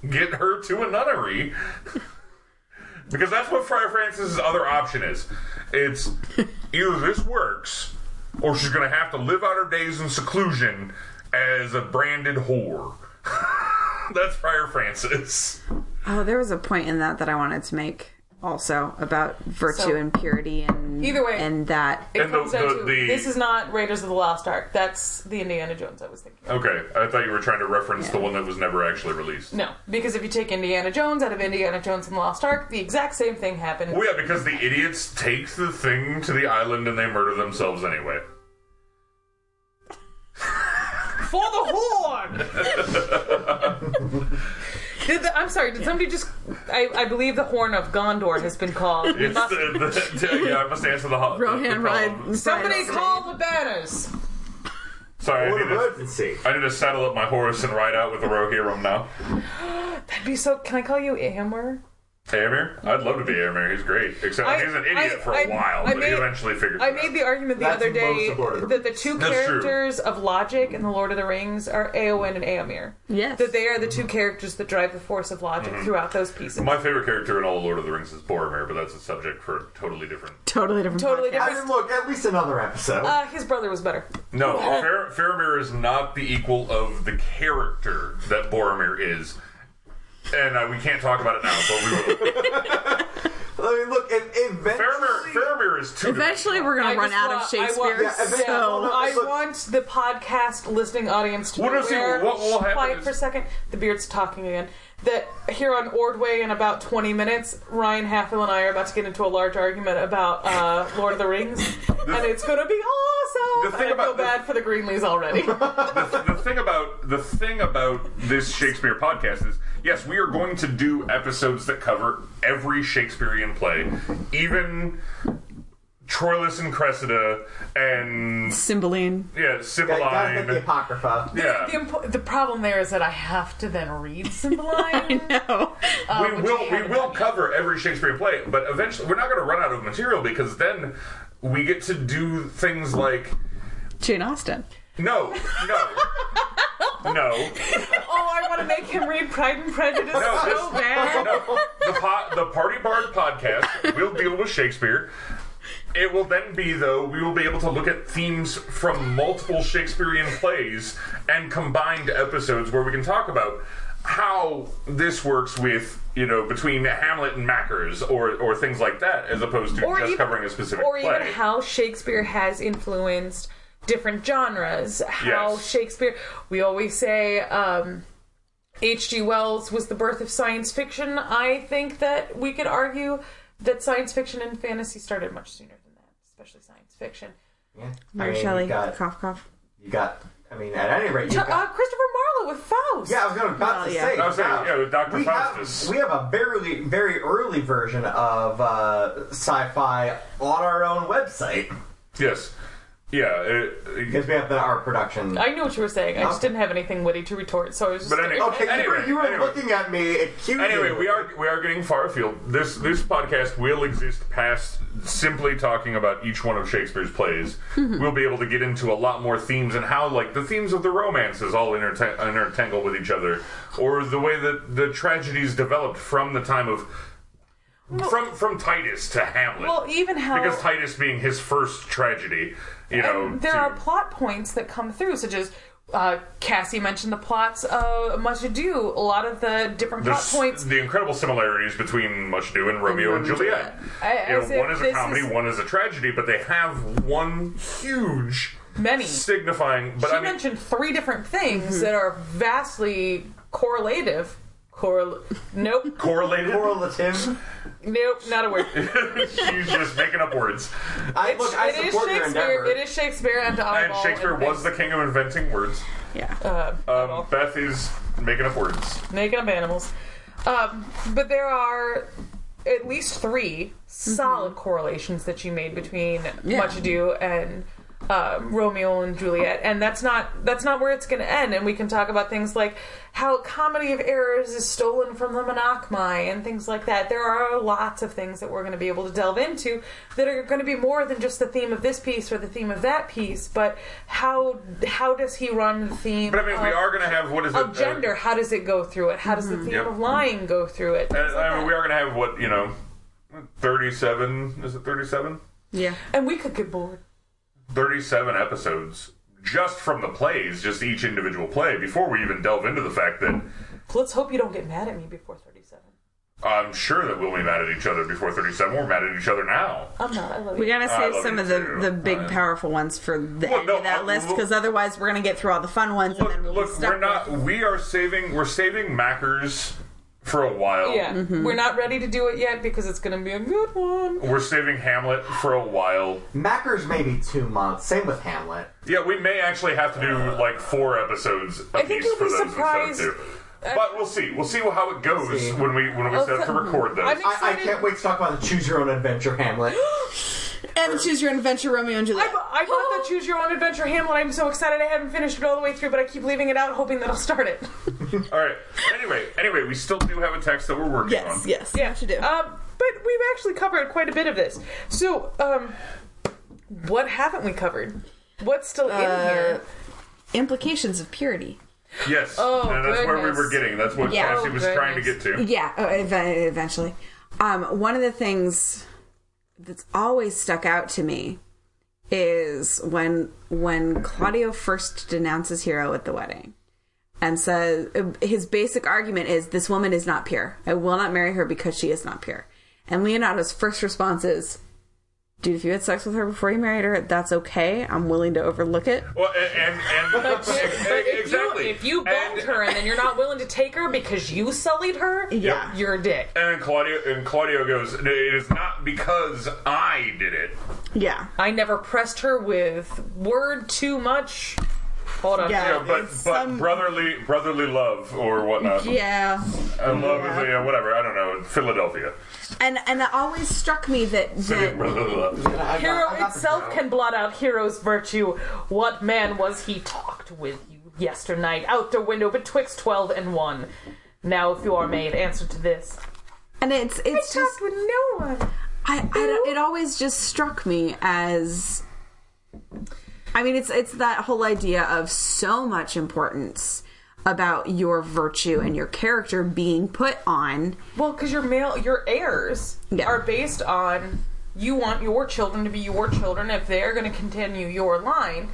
Get her to a nunnery. <laughs> Because that's what Friar Francis's other option is. It's either this works, or she's gonna have to live out her days in seclusion as a branded whore. <laughs> that's Friar Francis.
Oh, there was a point in that that I wanted to make also about virtue
So-
and purity and
Either way-
and that
It
And the-
comes down
the-
to
the-
this is not Raiders of the Lost Ark. That's the Indiana Jones I was thinking. of.
Okay, I thought you were trying to reference the one that was never actually released.
No, because if you take Indiana Jones out of Indiana Jones and the Lost Ark, the exact same thing happened.
Well, Oh, yeah, because the idiots take the thing to the island and they murder themselves anyway. <laughs>
For the horn! <laughs> did the, I'm sorry, did somebody just. I, I believe the horn of Gondor has been called.
It's
Must-
the,
<laughs>
<laughs> the, yeah, I must answer the hot.
Rohan ride.
somebody
rides-
call the banners!
Sorry, I
What a
need,
bird
to,
and see.
I need to saddle up my horse and ride out with the rogue hero now.
That'd be so. Can I call you Amber?
Amir? I'd love to be Amir. He's great. Except
I-
he's an idiot
I-
for a
I-
while,
I
but
made-
he eventually figured
I
it out.
made the argument the
That's
other
most
day
important.
that the two
That's true.
characters of logic in The Lord of the Rings are Eowyn and Aomir.
Yes.
That they are the two characters that drive the force of logic
Mm-hmm.
throughout those pieces.
my favorite character in all of Lord of the Rings is Boromir, but that's a subject for a totally
<laughs>
different.
Totally different.
totally
I
different.
mean, look, at least another episode.
Uh, his brother was better.
No, Far- Faramir is not the equal of the character that Boromir is, and uh, we can't talk about it now. But we
<laughs>
will.
I mean, look, if,
Faramir,
eventually,
Faramir is two.
Eventually, we're gonna
I
run
just
out of
want- I want-
Shakespeare.
yeah,
I think-
so
no,
I
look-
want the podcast listening audience to
What
be
is it-
aware-
what will happen
quiet
is-
for a second. The beard's talking again. That here on Ordway in about 20 minutes, Ryan Hatfield and I are about to get into a large argument about uh, Lord of
<laughs>
the Rings, and it's going to be
the
awesome.
thing
I feel
about the-
bad for the
<laughs>
Greenleys already.
the thing about the thing about this Shakespeare podcast is, yes, we are going to do episodes that cover every Shakespearean play, even Troilus and Cressida, and
Cymbeline.
yeah,
Guys, guys, make the
Cymbeline.
Apocrypha.
Yeah,
the, impo- the problem there is that I have to then read
<laughs> I
Cymbeline.
know.
uh,
we will
which I
we
haven't
will
done yet.
cover every Shakespearean play, but eventually we're not going to run out of material because then we get to do things like
Jane Austen.
no, no,
<laughs>
no.
Oh, I want to make him read Pride and Prejudice
No,
so bad.
No, the, po- the Party Bard podcast will deal with Shakespeare. It will then be, though, we will be able to look at themes from multiple Shakespearean plays and combined episodes where we can talk about how this works with, you know, between Hamlet and Mackers or, or things like that, as opposed to
Or
just
even-
covering a specific
or
play.
even how Shakespeare has influenced different genres. How
Yes.
Shakespeare, we always say, um, H.G. Wells was the birth of science fiction. I think that we could argue that science fiction and fantasy started much sooner than that, especially science fiction.
Yeah. I
Mary
mean,
Shelley.
You got,
Cough cough.
you got. I mean, at any rate, you
Uh,
got.
Christopher Oh, with Faust.
Yeah, I was gonna, about
Well,
to
yeah.
say.
I was saying,
now,
yeah, with Dr.
We
Faustus.
have, we have a very, very early version of uh, sci-fi on our own website
Yes. Yeah. it- it-
because we have the, our production.
I knew what you were saying. I just didn't have anything witty to retort, so I was just.
But anyway-
okay, you were,
Anyway,
you were
anyway.
looking at me accusing.
anyway, we are we are getting far afield. This this podcast will exist past simply talking about each one of Shakespeare's plays.
Mm-hmm.
We'll be able to get into a lot more themes and how like the themes of the romances all interte- intertangle with each other, or the way that the tragedies developed from the time of. From from Titus to Hamlet,
well, even how
because Titus being his first tragedy, you know.
And there
to-
are plot points that come through, such as uh, Cassie mentioned the plots of Much Ado. A lot of the different plot
There's
points.
the incredible similarities between Much Ado and Romeo and Juliet.
I- I
You know,
said
one is a
this
comedy,
is-
one is a tragedy, but they have one huge
Many.
signifying. But
she
I mean,
mentioned three different things that are vastly correlative. Correl- nope, <laughs>
correlated.
correlative.
nope, not a word.
<laughs> She's just making up words.
I, look, I
it is
support your
Shakespeare.
endeavor.
It is Shakespeare and to
And
eyeball
Shakespeare
and
was the
things. Uh,
king of inventing words.
Yeah.
Um, Beth is making up words.
making up animals. Um, but there are at least 3 solid correlations that you made between Much Ado and uh, Romeo and Juliet, and that's not that's not where it's going to end. And we can talk about things like how Comedy of Errors is stolen from the Monachmi and things like that. There are lots of things that we're going to be able to delve into that are going to be more than just the theme of this piece or the theme of that piece, but how how does he run the theme?
But I mean, we
of-
are going to have what is it? uh,
of gender, how does it go through it? How does the theme
Yep.
of lying go through it?
uh,
Things like
I mean,
that.
we are going to have what you know. Thirty-seven is it? Thirty-seven.
Yeah.
and we could get bored.
37 episodes just from the plays, just each individual play, before we even delve into the fact that
Let's hope you don't get mad at me before 37.
I'm sure that we'll be mad at each other before 37. We're mad at each other now.
I'm not. I love
We
you.
gotta
I
save
love
some
you
of the,
too.
the big
Uh,
powerful ones for the
Well,
end
no,
of that
uh,
list
look-
because otherwise we're gonna get through all the fun ones and
Look,
then we'll be
look
stuck.
we're not, we are saving, we're saving Mackers for a while.
Yeah, we're not ready to do it yet because it's going to be a good one.
We're saving Hamlet for a while.
Macker's maybe two months. Same with Hamlet.
Yeah, we may actually have to do like four episodes apiece
think you'll
for
be
those instead of
surprised.
two. But we'll see. We'll see how it goes
see.
when we when we set up to record those.
I mean-
I, I
Excited.
can't wait to talk about the Choose Your Own Adventure Hamlet.
<gasps>
And choose your own adventure, Romeo
I,
and Juliet.
bu- I bought the Choose Your Own Adventure Hamlet. I'm so excited I haven't finished it all the way through, but I keep leaving it out hoping that I'll start it. <laughs>
All right. Anyway, anyway, we still do have a text that we're working on.
yes, yes.
Yeah.
What you do.
Uh, but we've actually covered quite a bit of this. So, um, what haven't we covered? What's still in here?
Implications of purity.
Yes.
Oh,
and that's where we
goodness.
were getting. That's what
Yeah.
Cassie
Oh,
was trying to get
goodness.
to.
Yeah, oh, ev- eventually. Um, one of the things that's always stuck out to me is when when Claudio first denounces Hero at the wedding and says uh, his basic argument is this woman is not pure. I will not marry her because she is not pure. And Leonardo's first response is, "Dude, if you had sex with her before you married her, that's okay. I'm willing to overlook it."
Well, and and, and
<laughs>
e,
But
E-,
if
exactly.
you if you
and,
boned her and then you're not willing to take her because you sullied her,
Yeah.
you're a dick.
and Claudio and Claudio goes, it is not because I did it.
Yeah.
I never pressed her with word too much. Hold on.
Yeah.
You know, but but
It's some-
brotherly brotherly love or whatnot.
Yeah.
And love is yeah, whatever. I don't know. Philadelphia.
And and it always struck me that
<laughs>
that
brotherly love.
I got-
Hero
I got the
itself
joke.
can blot out hero's virtue. What man was he talked with you yesternight out the window betwixt twelve and one? Now, if you are made, answer to this.
and it's it's just
with no one.
I, I don't- it always just struck me as I mean it's it's that whole idea of so much importance about your virtue and your character being put on
Well, because your male, your heirs
Yeah.
are based on you want your children to be your children if they're going to continue your line,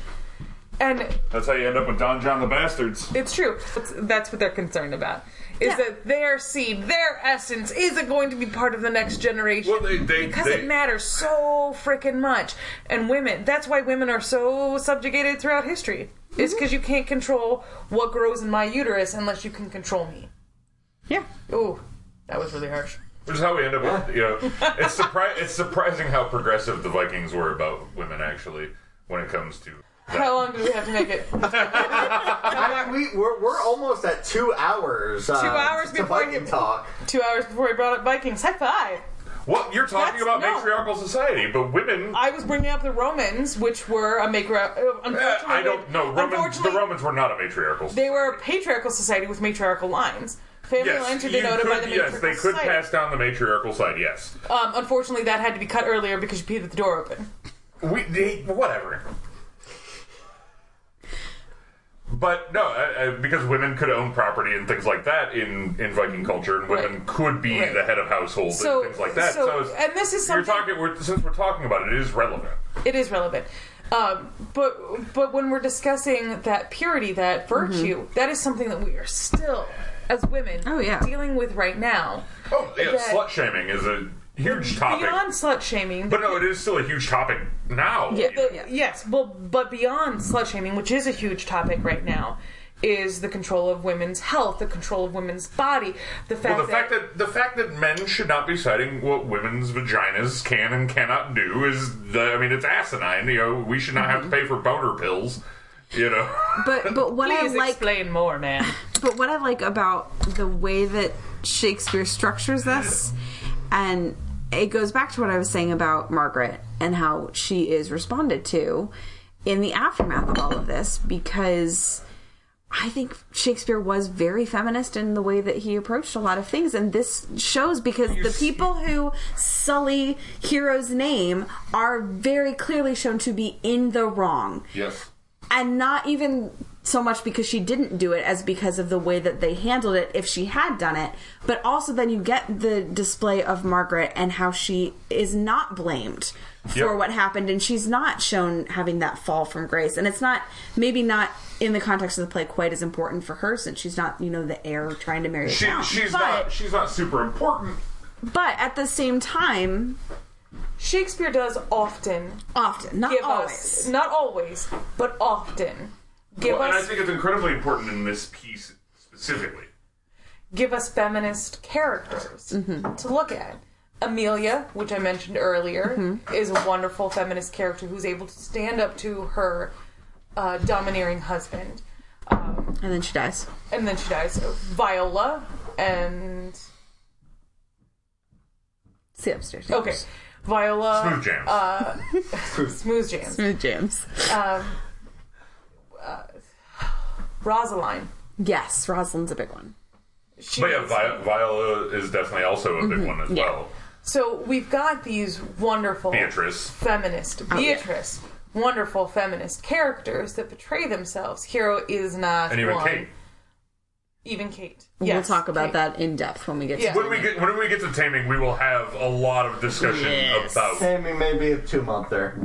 and
That's how you end up with Don John the Bastards.
it's true. That's, that's what they're concerned about. Is
Yeah.
that their seed, their essence, isn't going to be part of the next generation?
Well, they they
because
they,
it matters so freaking much. And women, that's why women are so subjugated throughout history.
Mm-hmm.
It's because you can't control what grows in my uterus unless you can control me.
yeah
Ooh, that was really harsh.
Which is how we end up with, you
<laughs>
know, it's, surpri- it's surprising how progressive the Vikings were about women, actually, when it comes to.
How long did we have to make it? <laughs>
I mean, we, we're, we're almost at two hours. Uh,
Two hours
to
before
Viking
you-
talk.
Two hours before we brought up Vikings. High five!
Well, you're talking
That's-
about
no.
matriarchal society, but women. I,
I was bringing up the Romans, which were a maker. uh, Unfortunately,
I don't know. Romans. The
unfortunately,
Romans were not a matriarchal.
They were a patriarchal society with matriarchal lines. Family lines are
you
denoted by
could-
the
yes,
matriarchal
they could
society.
pass down the matriarchal side. Yes,
Um, unfortunately, that had to be cut earlier because you peed at the door open.
we they, whatever. But no, uh, uh, because women could own property and things like that in, in Viking culture, and women
Right.
could be
Right.
the head of household
So,
and things like that.
so-
So, it's-
and this is
you're
something-
talking. We're, since we're talking about it, it is relevant.
It is relevant. Um, but but when we're discussing that purity, that virtue, that is something that we are still, as women,
Mm-hmm. Oh, yeah.
dealing with right now.
Oh, yeah,
That-
slut shaming is a huge topic.
Beyond slut shaming,
But no, it is still a huge topic now.
Yeah, the- Yes, well, but beyond slut shaming, which is a huge topic right now, is the control of women's health, the control of women's body, the fact,
well, the fact that the fact that men should not be citing what women's vaginas can and cannot do is, the, I mean, it's asinine. You know, we should not have to pay for boner pills. You know,
Mm-hmm. But but what
please
I like
explain more,
<laughs>
man.
but what I like about the way that Shakespeare structures this, and it goes back to what I was saying about Margaret and how she is responded to in the aftermath of all of this, because I think Shakespeare was very feminist in the way that he approached a lot of things, and this shows because the people who sully Hero's name are very clearly shown to be in the wrong
<laughs> yes,
and not even so much because she didn't do it as because of the way that they handled it if she had done it but also then you get the display of margaret and how she is not blamed for
Yep.
what happened and she's not shown having that fall from grace and it's not maybe not in the context of the play quite as important for her since she's not you know the heir trying to marry a
she,
count.
she's
but,
not she's not super important.
but at the same time
Shakespeare does often
often not
give
always
us, not always, but often give
Well, and I
us
think it's incredibly important in this piece specifically.
give us feminist characters
Mm-hmm.
to look at. Amelia, which I mentioned earlier,
Mm-hmm.
is a wonderful feminist character who's able to stand up to her uh, domineering husband. Um,
and then she dies
and then she dies. Viola and.
see you upstairs
Okay. Viola.
Uh,
Smooth jams.
Smooth Jams.
smooth jams
Rosaline.
yes rosalind's a big one
She
but yeah, Vi- Viola is definitely also a big
Mm-hmm.
one as well.
So we've got these wonderful
Beatrice. Oh,
feminist Beatrice, wonderful feminist characters that portray themselves. Hero is not
And even
one.
Kate.
Even Kate.
we'll
Yes,
talk about
Kate.
that in depth when we get
Yeah.
to
When we get when we get to taming, we will have a lot of discussion
Yes.
about
Sammy may be a two month there.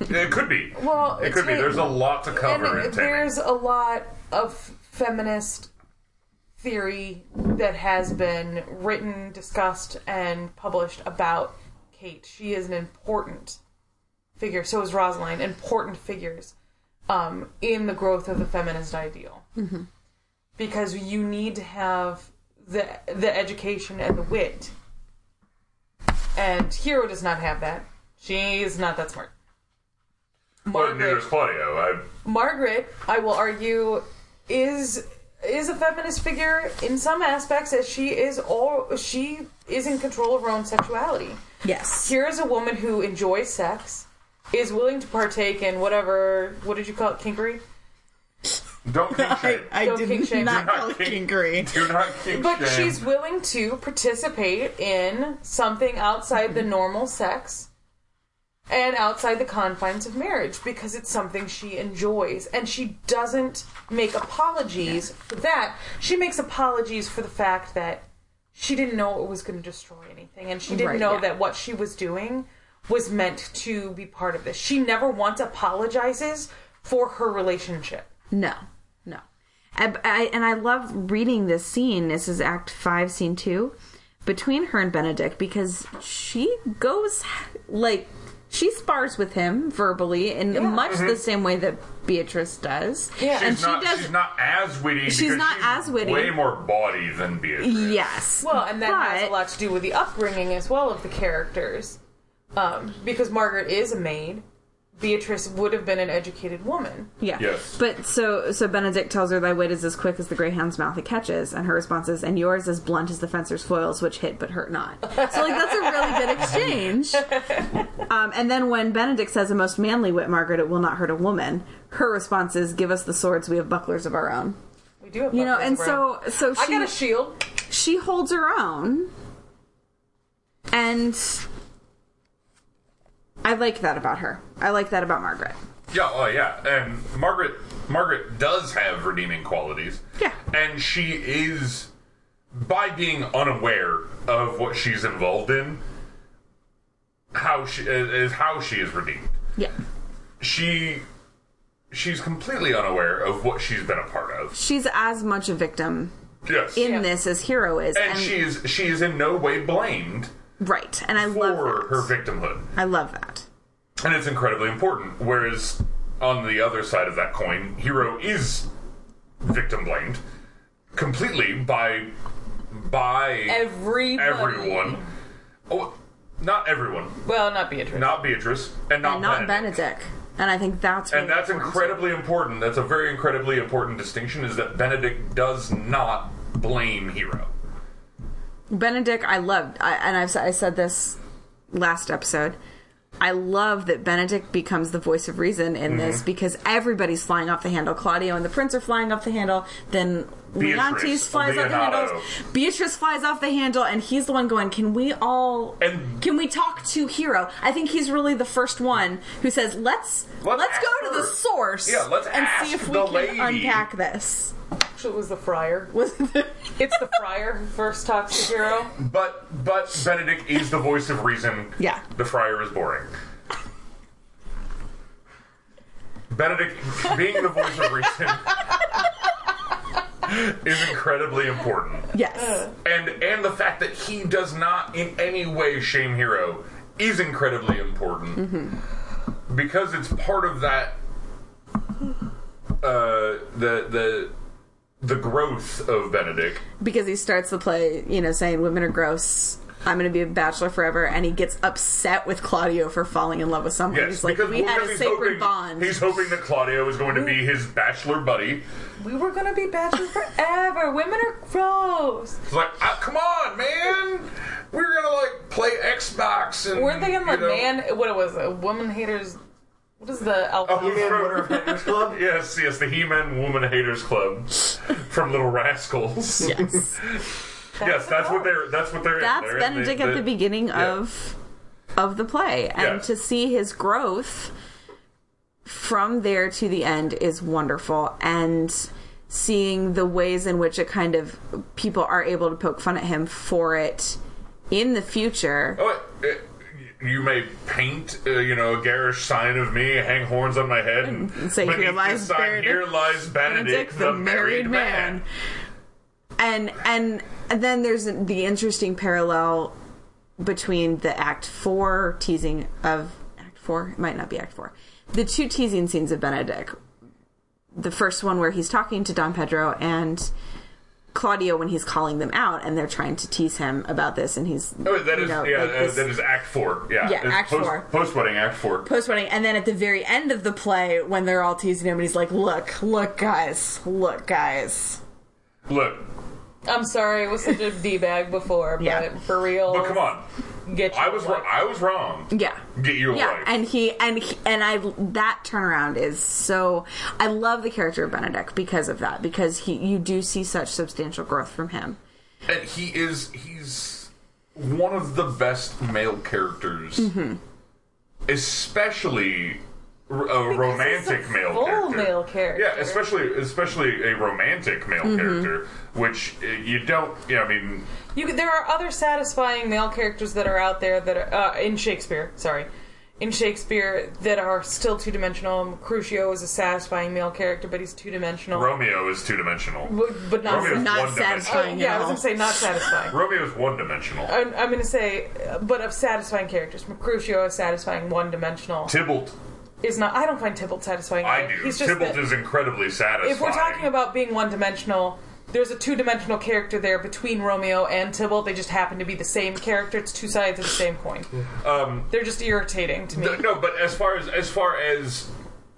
It could be.
Well,
it could be.
ta-
There's a lot to
And
cover in taming.
there's a lot of feminist theory that has been written, discussed, and published about Kate. She is an important figure. So is Rosaline. Important figures um, in the growth of the feminist ideal. Because you need to have the the education and the wit. And Hero does not have that. She is not that smart.
But neither is Claudio. I,
Margaret, I will argue, is is a feminist figure in some aspects as she is all she is in control of her own sexuality.
Yes.
Here is a woman who enjoys sex, is willing to partake in whatever what did you call it, kinkery?
don't kink shame.
<laughs> I
Don't did kink
<laughs>
shame. not
call it kinkery. Do not kink
But
shame.
she's willing to participate in something outside the normal sex and outside the confines of marriage because it's something she enjoys. And she doesn't make apologies for that. She makes apologies for the fact that she didn't know it was going to destroy anything. And she didn't
Right,
know
yeah.
that what she was doing was meant to be part of this. She never once apologizes for her relationship.
No, no. I, I- and I love reading this scene. This is Act 5, Scene 2, between her and Benedict because she goes, like, she spars with him verbally in much the same way that Beatrice does. Yeah,
Mm-hmm. She's not, she's not as witty.
She's
because
not as witty.
Way more body than Beatrice.
Yes.
Well, and that has
But-
a lot to do with the upbringing as well of the characters, um, because Margaret is a maid. Beatrice would have been an educated woman.
Yeah.
Yes.
But so so Benedict tells her thy wit is as quick as the greyhound's mouth it catches, and her response is, and yours as blunt as the fencer's foils, which hit but hurt not. So like that's a really good exchange. Um, and then when Benedict says a most manly wit, Margaret, it will not hurt a woman. Her response is, give us the swords, we have bucklers of our own.
We do have
You know,
bucklers of
and
our own.
so so
I
she
got a shield.
she holds her own, and I like that about her. I like that about Margaret.
Yeah, oh yeah, and Margaret Margaret does have redeeming qualities.
Yeah.
and she is by being unaware of what she's involved in, how she is how she is redeemed.
Yeah.
She she's completely unaware of what she's been a part of.
She's as much a victim
Yes,
in
Yeah.
this as Hero is.
and she is she is in no way blamed
right. And I love
for
that.
her victimhood.
I love that.
and it's incredibly important. Whereas on the other side of that coin, Hero is victim blamed completely by by
Everybody.
everyone. Oh, not everyone,
Well, not Beatrice.
not Beatrice, and not,
And not
Benedict.
Benedict. And I think that's
And
really
that's incredibly important. That's a very incredibly important distinction. Is that Benedict does not blame Hero.
Benedict, I loved, I, and I've, s- I said this last episode. I love that Benedict becomes the voice of reason
Mm-hmm.
in this because everybody's flying off the handle. Claudio and the prince are flying off the handle. Then
Beatrice,
Leontes flies off the
Leonardo.
handle. Beatrice flies off the handle, and he's the one going, "Can we all?
And-
can we talk to Hero?" I think he's really the first one who says, "Let's
Let's
let's,
ask
go to
her.
the source,
Yeah, let's
and
ask
see if we
the
can
lady."
unpack this."
Actually, it was the friar. <laughs>
Was the-
It's
<laughs>
the friar who first talks to Hero.
But but Benedict is the voice of reason.
Yeah.
The friar is boring. Benedict being the voice of reason is incredibly important.
yes,
And and the fact that he does not in any way shame Hero is incredibly important.
Mm-hmm.
Because it's part of that uh the the the growth of Benedict.
because he starts the play, you know, saying women are gross. I'm going to be a bachelor forever, and he gets upset with Claudio for falling in love with someone.
Yes, <laughs>
he's like,
because
"We had
because
a
he's
sacred
hoping,
bond."
He's hoping that Claudio is going to be his bachelor buddy.
We were gonna be bachelors forever. Women are gross.
It's like, ah, come on, man, we're gonna like play Xbox and
Weren't they in the
you know-
man? What it was? A woman haters. What is the alpha?
Oh,
Man, Winter of
<laughs>
Haters Club.
Yes, yes, the He-Man Woman Haters
<laughs>
Club from Little Rascals.
yes,
<laughs> yes, that's what they're. That's what they're. in.
that's
They're in
Benedict at the beginning
yeah.
of of the play, and
Yeah.
to see his growth from there to the end is wonderful, and seeing the ways in which it kind of people are able to poke fun at him for it in the future.
Oh, it- you may paint, uh, you know, a garish sign of me, hang horns on my head, and
<laughs> say, "Here
beneath this
lies
sign,
Benedict-
here lies Benedict, the, married man.
And and and then there's the interesting parallel between the Act Four teasing of Act Four. It might not be Act Four. The two teasing scenes of Benedict. The first one where he's talking to Don Pedro and Claudio when he's calling them out and they're trying to tease him about this and he's
Oh, that
you
is
know,
yeah.
like
uh,
this-
that is Act Four. Yeah,
Yeah,
It's
Act
post,
Four.
Post wedding Act Four.
post wedding and then at the very end of the play when they're all teasing him and he's like look look guys look guys
Look,
I'm sorry, I was such a d bag before, but
Yeah.
for real.
but come on,
get
I
you
was
one.
wrong. I was wrong.
yeah
Get you a
yeah
wife.
and he and he, and i that turnaround is so i love the character of benedict because of that because he you do see such substantial growth from him
And he is he's one of the best male characters,
Mm-hmm.
especially r- a romantic male
full
character.
male character. Mm-hmm.
Yeah, especially especially a romantic male character, which uh, you don't. Yeah, I mean,
You, could- there are other satisfying male characters that are out there that are uh, in Shakespeare. Sorry, in Shakespeare that are still two dimensional. Crucio is a satisfying male character, but he's two dimensional.
Romeo is two dimensional.
but, but not.
Romeo's
not
Oh, one
satisfying
dimensional.
yeah, I was
at all
gonna say not satisfying.
Romeo is one dimensional.
I'm, I'm gonna say, uh, but of satisfying characters, Crucio is satisfying, one dimensional.
Tybalt
is not. I don't find Tybalt satisfying.
I
either.
do.
He's just
Tybalt
the-
is incredibly satisfying.
if we're talking about being one dimensional, there's a two dimensional character there between Romeo and Tybalt. They just happen to be the same character. It's two sides of the same coin.
Um,
They're just irritating to me.
Th- No, but as far as as far as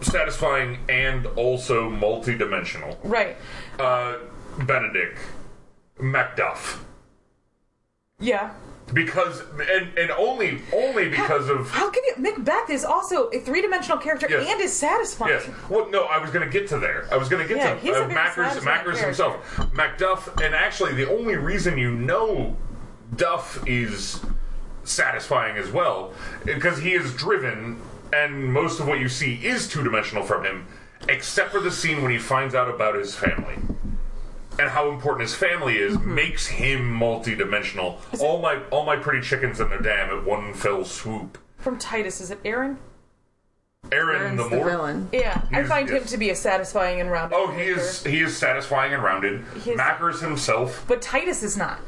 satisfying and also multi-dimensional,
Right.
uh, Benedict Macduff,
Yeah.
because and and only only because of
How can you? Macbeth is also a three dimensional character
Yes.
and is satisfying.
yes. Well, no, I was going to get to there. I was going to get
Yeah,
to
he's a very
Mackers
satisfying
Mackers himself, Macduff, and actually the only reason you know Duff is satisfying as well because he is driven, and most of what you see is two-dimensional from him, except for the scene when he finds out about his family. and how important his family is
Mm-hmm.
makes him multi-dimensional. All my all my pretty chickens in their dam at one fell swoop.
From Titus, is it Aaron?
Aaron the
the
Moor.
villain.
Yeah, I
He's-
find him
yes.
to be a satisfying and rounded.
Oh, he
character.
is he is satisfying and rounded.
He's-
Mackers himself.
But Titus is not.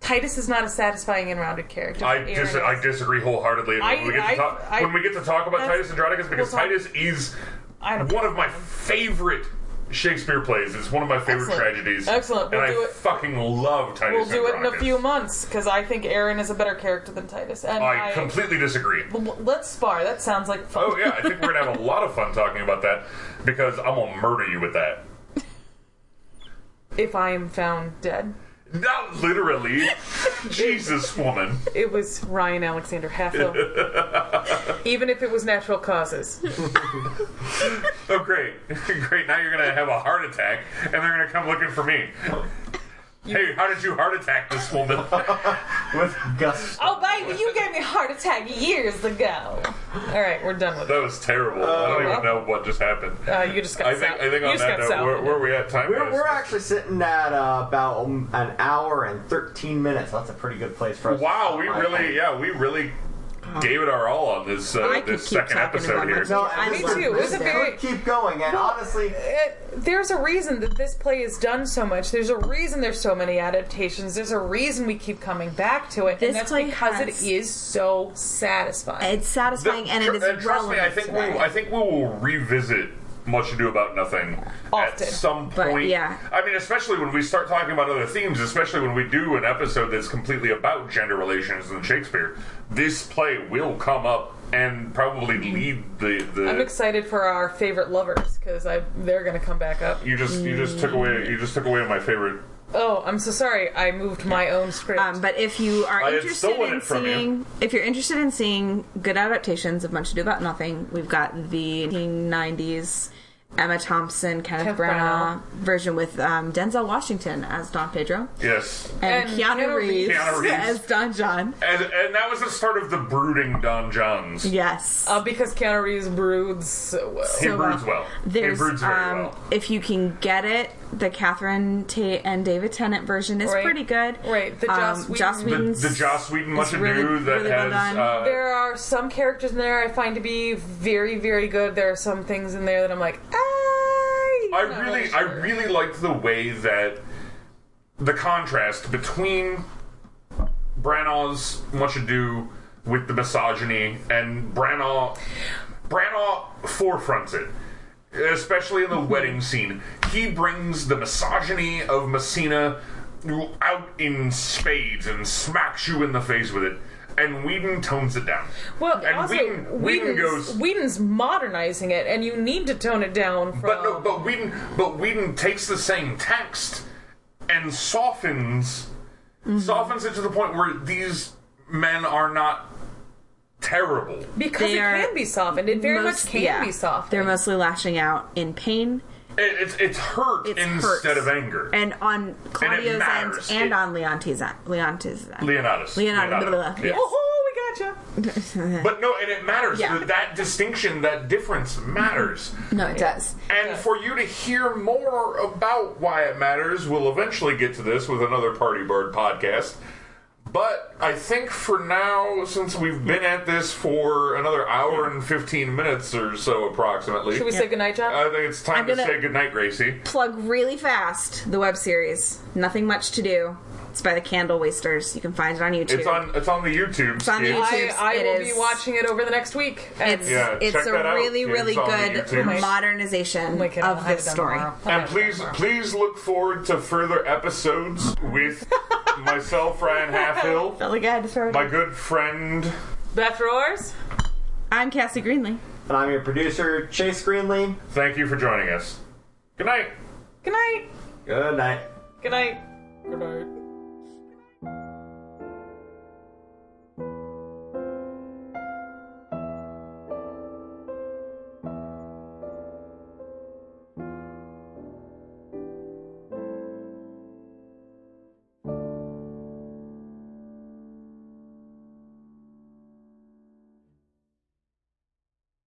Titus is not a satisfying and rounded character.
I,
Aaron
dis-
is.
I disagree wholeheartedly. And
I-
when, we get
I-
to talk,
I-
when we get to talk about
that's-
Titus Andronicus, because
we'll talk-
Titus is
I don't
one of my favorite Shakespeare plays. It's one of my favorite
Excellent.
tragedies.
Excellent. We'll
and I
do it-
fucking love Titus
We'll do it in a
Andronicus.
few months because I think Aaron is a better character than Titus. And I,
I completely disagree.
Well, let's spar. That sounds like fun.
Oh
<laughs>
yeah, I think we're gonna have a lot of fun talking about that because I'm gonna murder you with that.
If I am found dead,
Not
<laughs>
literally, Jesus woman.
it was Ryan Alexander Hatfield.
<laughs>
Even if it was natural causes,
Oh great, <laughs> great. Now you're gonna have a heart attack and they're gonna come looking for me. Hey, how did you heart attack this woman?
with Gus.
oh baby, you gave me a heart attack years ago. All right, we're done with it.
That was terrible. I don't even know what just happened.
Uh, you just got.
I think
sou-
I think
you
on
just
that
got
note, where,
sounded.
where are we at time?
We're,
wise?
we're actually sitting at uh, about um, an hour and 13 minutes. That's a pretty good place for us. to
wow,
stop,
we
I think.
really yeah we really gave it our all on this uh,
I could
this
keep
second
talking
episode
about
here.
myself.
No, and
Me
this would-
too. It was a
this
very-
could keep going, and honestly,
it, there's a reason that this play is done so much. There's a reason there's so many adaptations. There's a reason we keep coming back to it,
This
and that's
play
because
has-
it is so satisfying.
It's satisfying and it
Tr-
is
and trust me,
relevant.
I think
today.
we I think we will revisit much ado about nothing at
Often.
some point.
But, yeah.
I mean, especially when we start talking about other themes, especially when we do an episode that's completely about gender relations and Shakespeare. This play will come up and probably
Mm.
lead the the.
I'm excited for our favorite lovers because I they're gonna come back up.
you just you just took away you just took away my favorite.
Oh, I'm so sorry. I moved my own script.
Um, but if you are
I had
interested
stolen
in
it from you.
seeing, if you're interested in seeing good adaptations of Much Ado About Nothing, we've got the 1990s Emma Thompson, Kenneth,
Kenneth Branagh.
Branagh, version with um, Denzel Washington as Don Pedro
Yes,
and,
And
Keanu,
Keanu
Reeves,
Keanu Reeves.
as Don John.
and and that was the start of the brooding Don Johns.
Yes.
uh, because Keanu Reeves broods so well.
He
So,
broods
uh,
well.
There's,
he broods very
um,
well.
if you can get it, the Catherine Tate and David Tennant version is
Right.
pretty good.
Right, the Joss
um,
Whedon-
Joss
The-
The,
Whedon's
the Joss Whedon much
is
ado
really-
that
really well
has
done.
uh,
there are some characters in there I find to be very, very good. There are some things in there that I'm like, I.
I really, I really liked the way that the contrast between Branagh's Much Ado with the misogyny and Branagh, Branagh forefronts it, especially in the
Mm-hmm.
wedding scene. He brings the misogyny of Messina out in spades and smacks you in the face with it. And Whedon tones it down.
Well,
and
also,
Whedon, Whedon
Whedon's,
goes.
Whedon's modernizing it, and you need to tone it down. From,
But
Um,
no, but Whedon, but Whedon takes the same text and softens,
Mm-hmm.
softens it to the point where these men are not terrible.
because
They
it
are
can be softened, it very
most-
much can
yeah,
be softened.
They're mostly lashing out in pain
It, it's it's hurt
It's
instead
hurts.
of anger.
and on Claudio's end
matters.
and
It-
on Leonti's end. Leonti's end.
Leonidas.
Leonardo, blah, blah,
Yeah.
yes.
oh, we gotcha.
But no, and it matters.
Yeah.
That, that distinction, that difference matters.
no, it does.
And for you to hear more about why it matters, we'll eventually get to this with another Party Bird podcast. But I think for now, since we've been at this for another hour and 15 minutes or so approximately,
Should we say goodnight, John?
I think it's time
I'm
to
gonna-
say goodnight, Gracie.
Plug really fast the web series. Nothing much to do. It's by the Candle Wasters. You can find it on YouTube.
It's on it's on the YouTube.
on
skip.
YouTube.
I, I
It
will
is.
be watching it over the next week. And
It's
Yeah, check
it's a
that out.
really
It's
really
on
good
YouTube.
modernization
Like, I'll
of
have it
this
done
story.
tomorrow. I'll
And
have it
please,
done tomorrow.
please look forward to further episodes with <laughs> myself, Ryan Halfhill,
Really good. Throw it
my good friend.
Beth Roars.
I'm Cassie Greenley.
And I'm your producer, Chase Greenlee.
Thank you for joining us. Good night.
Good night.
Good night.
Good night. Good night.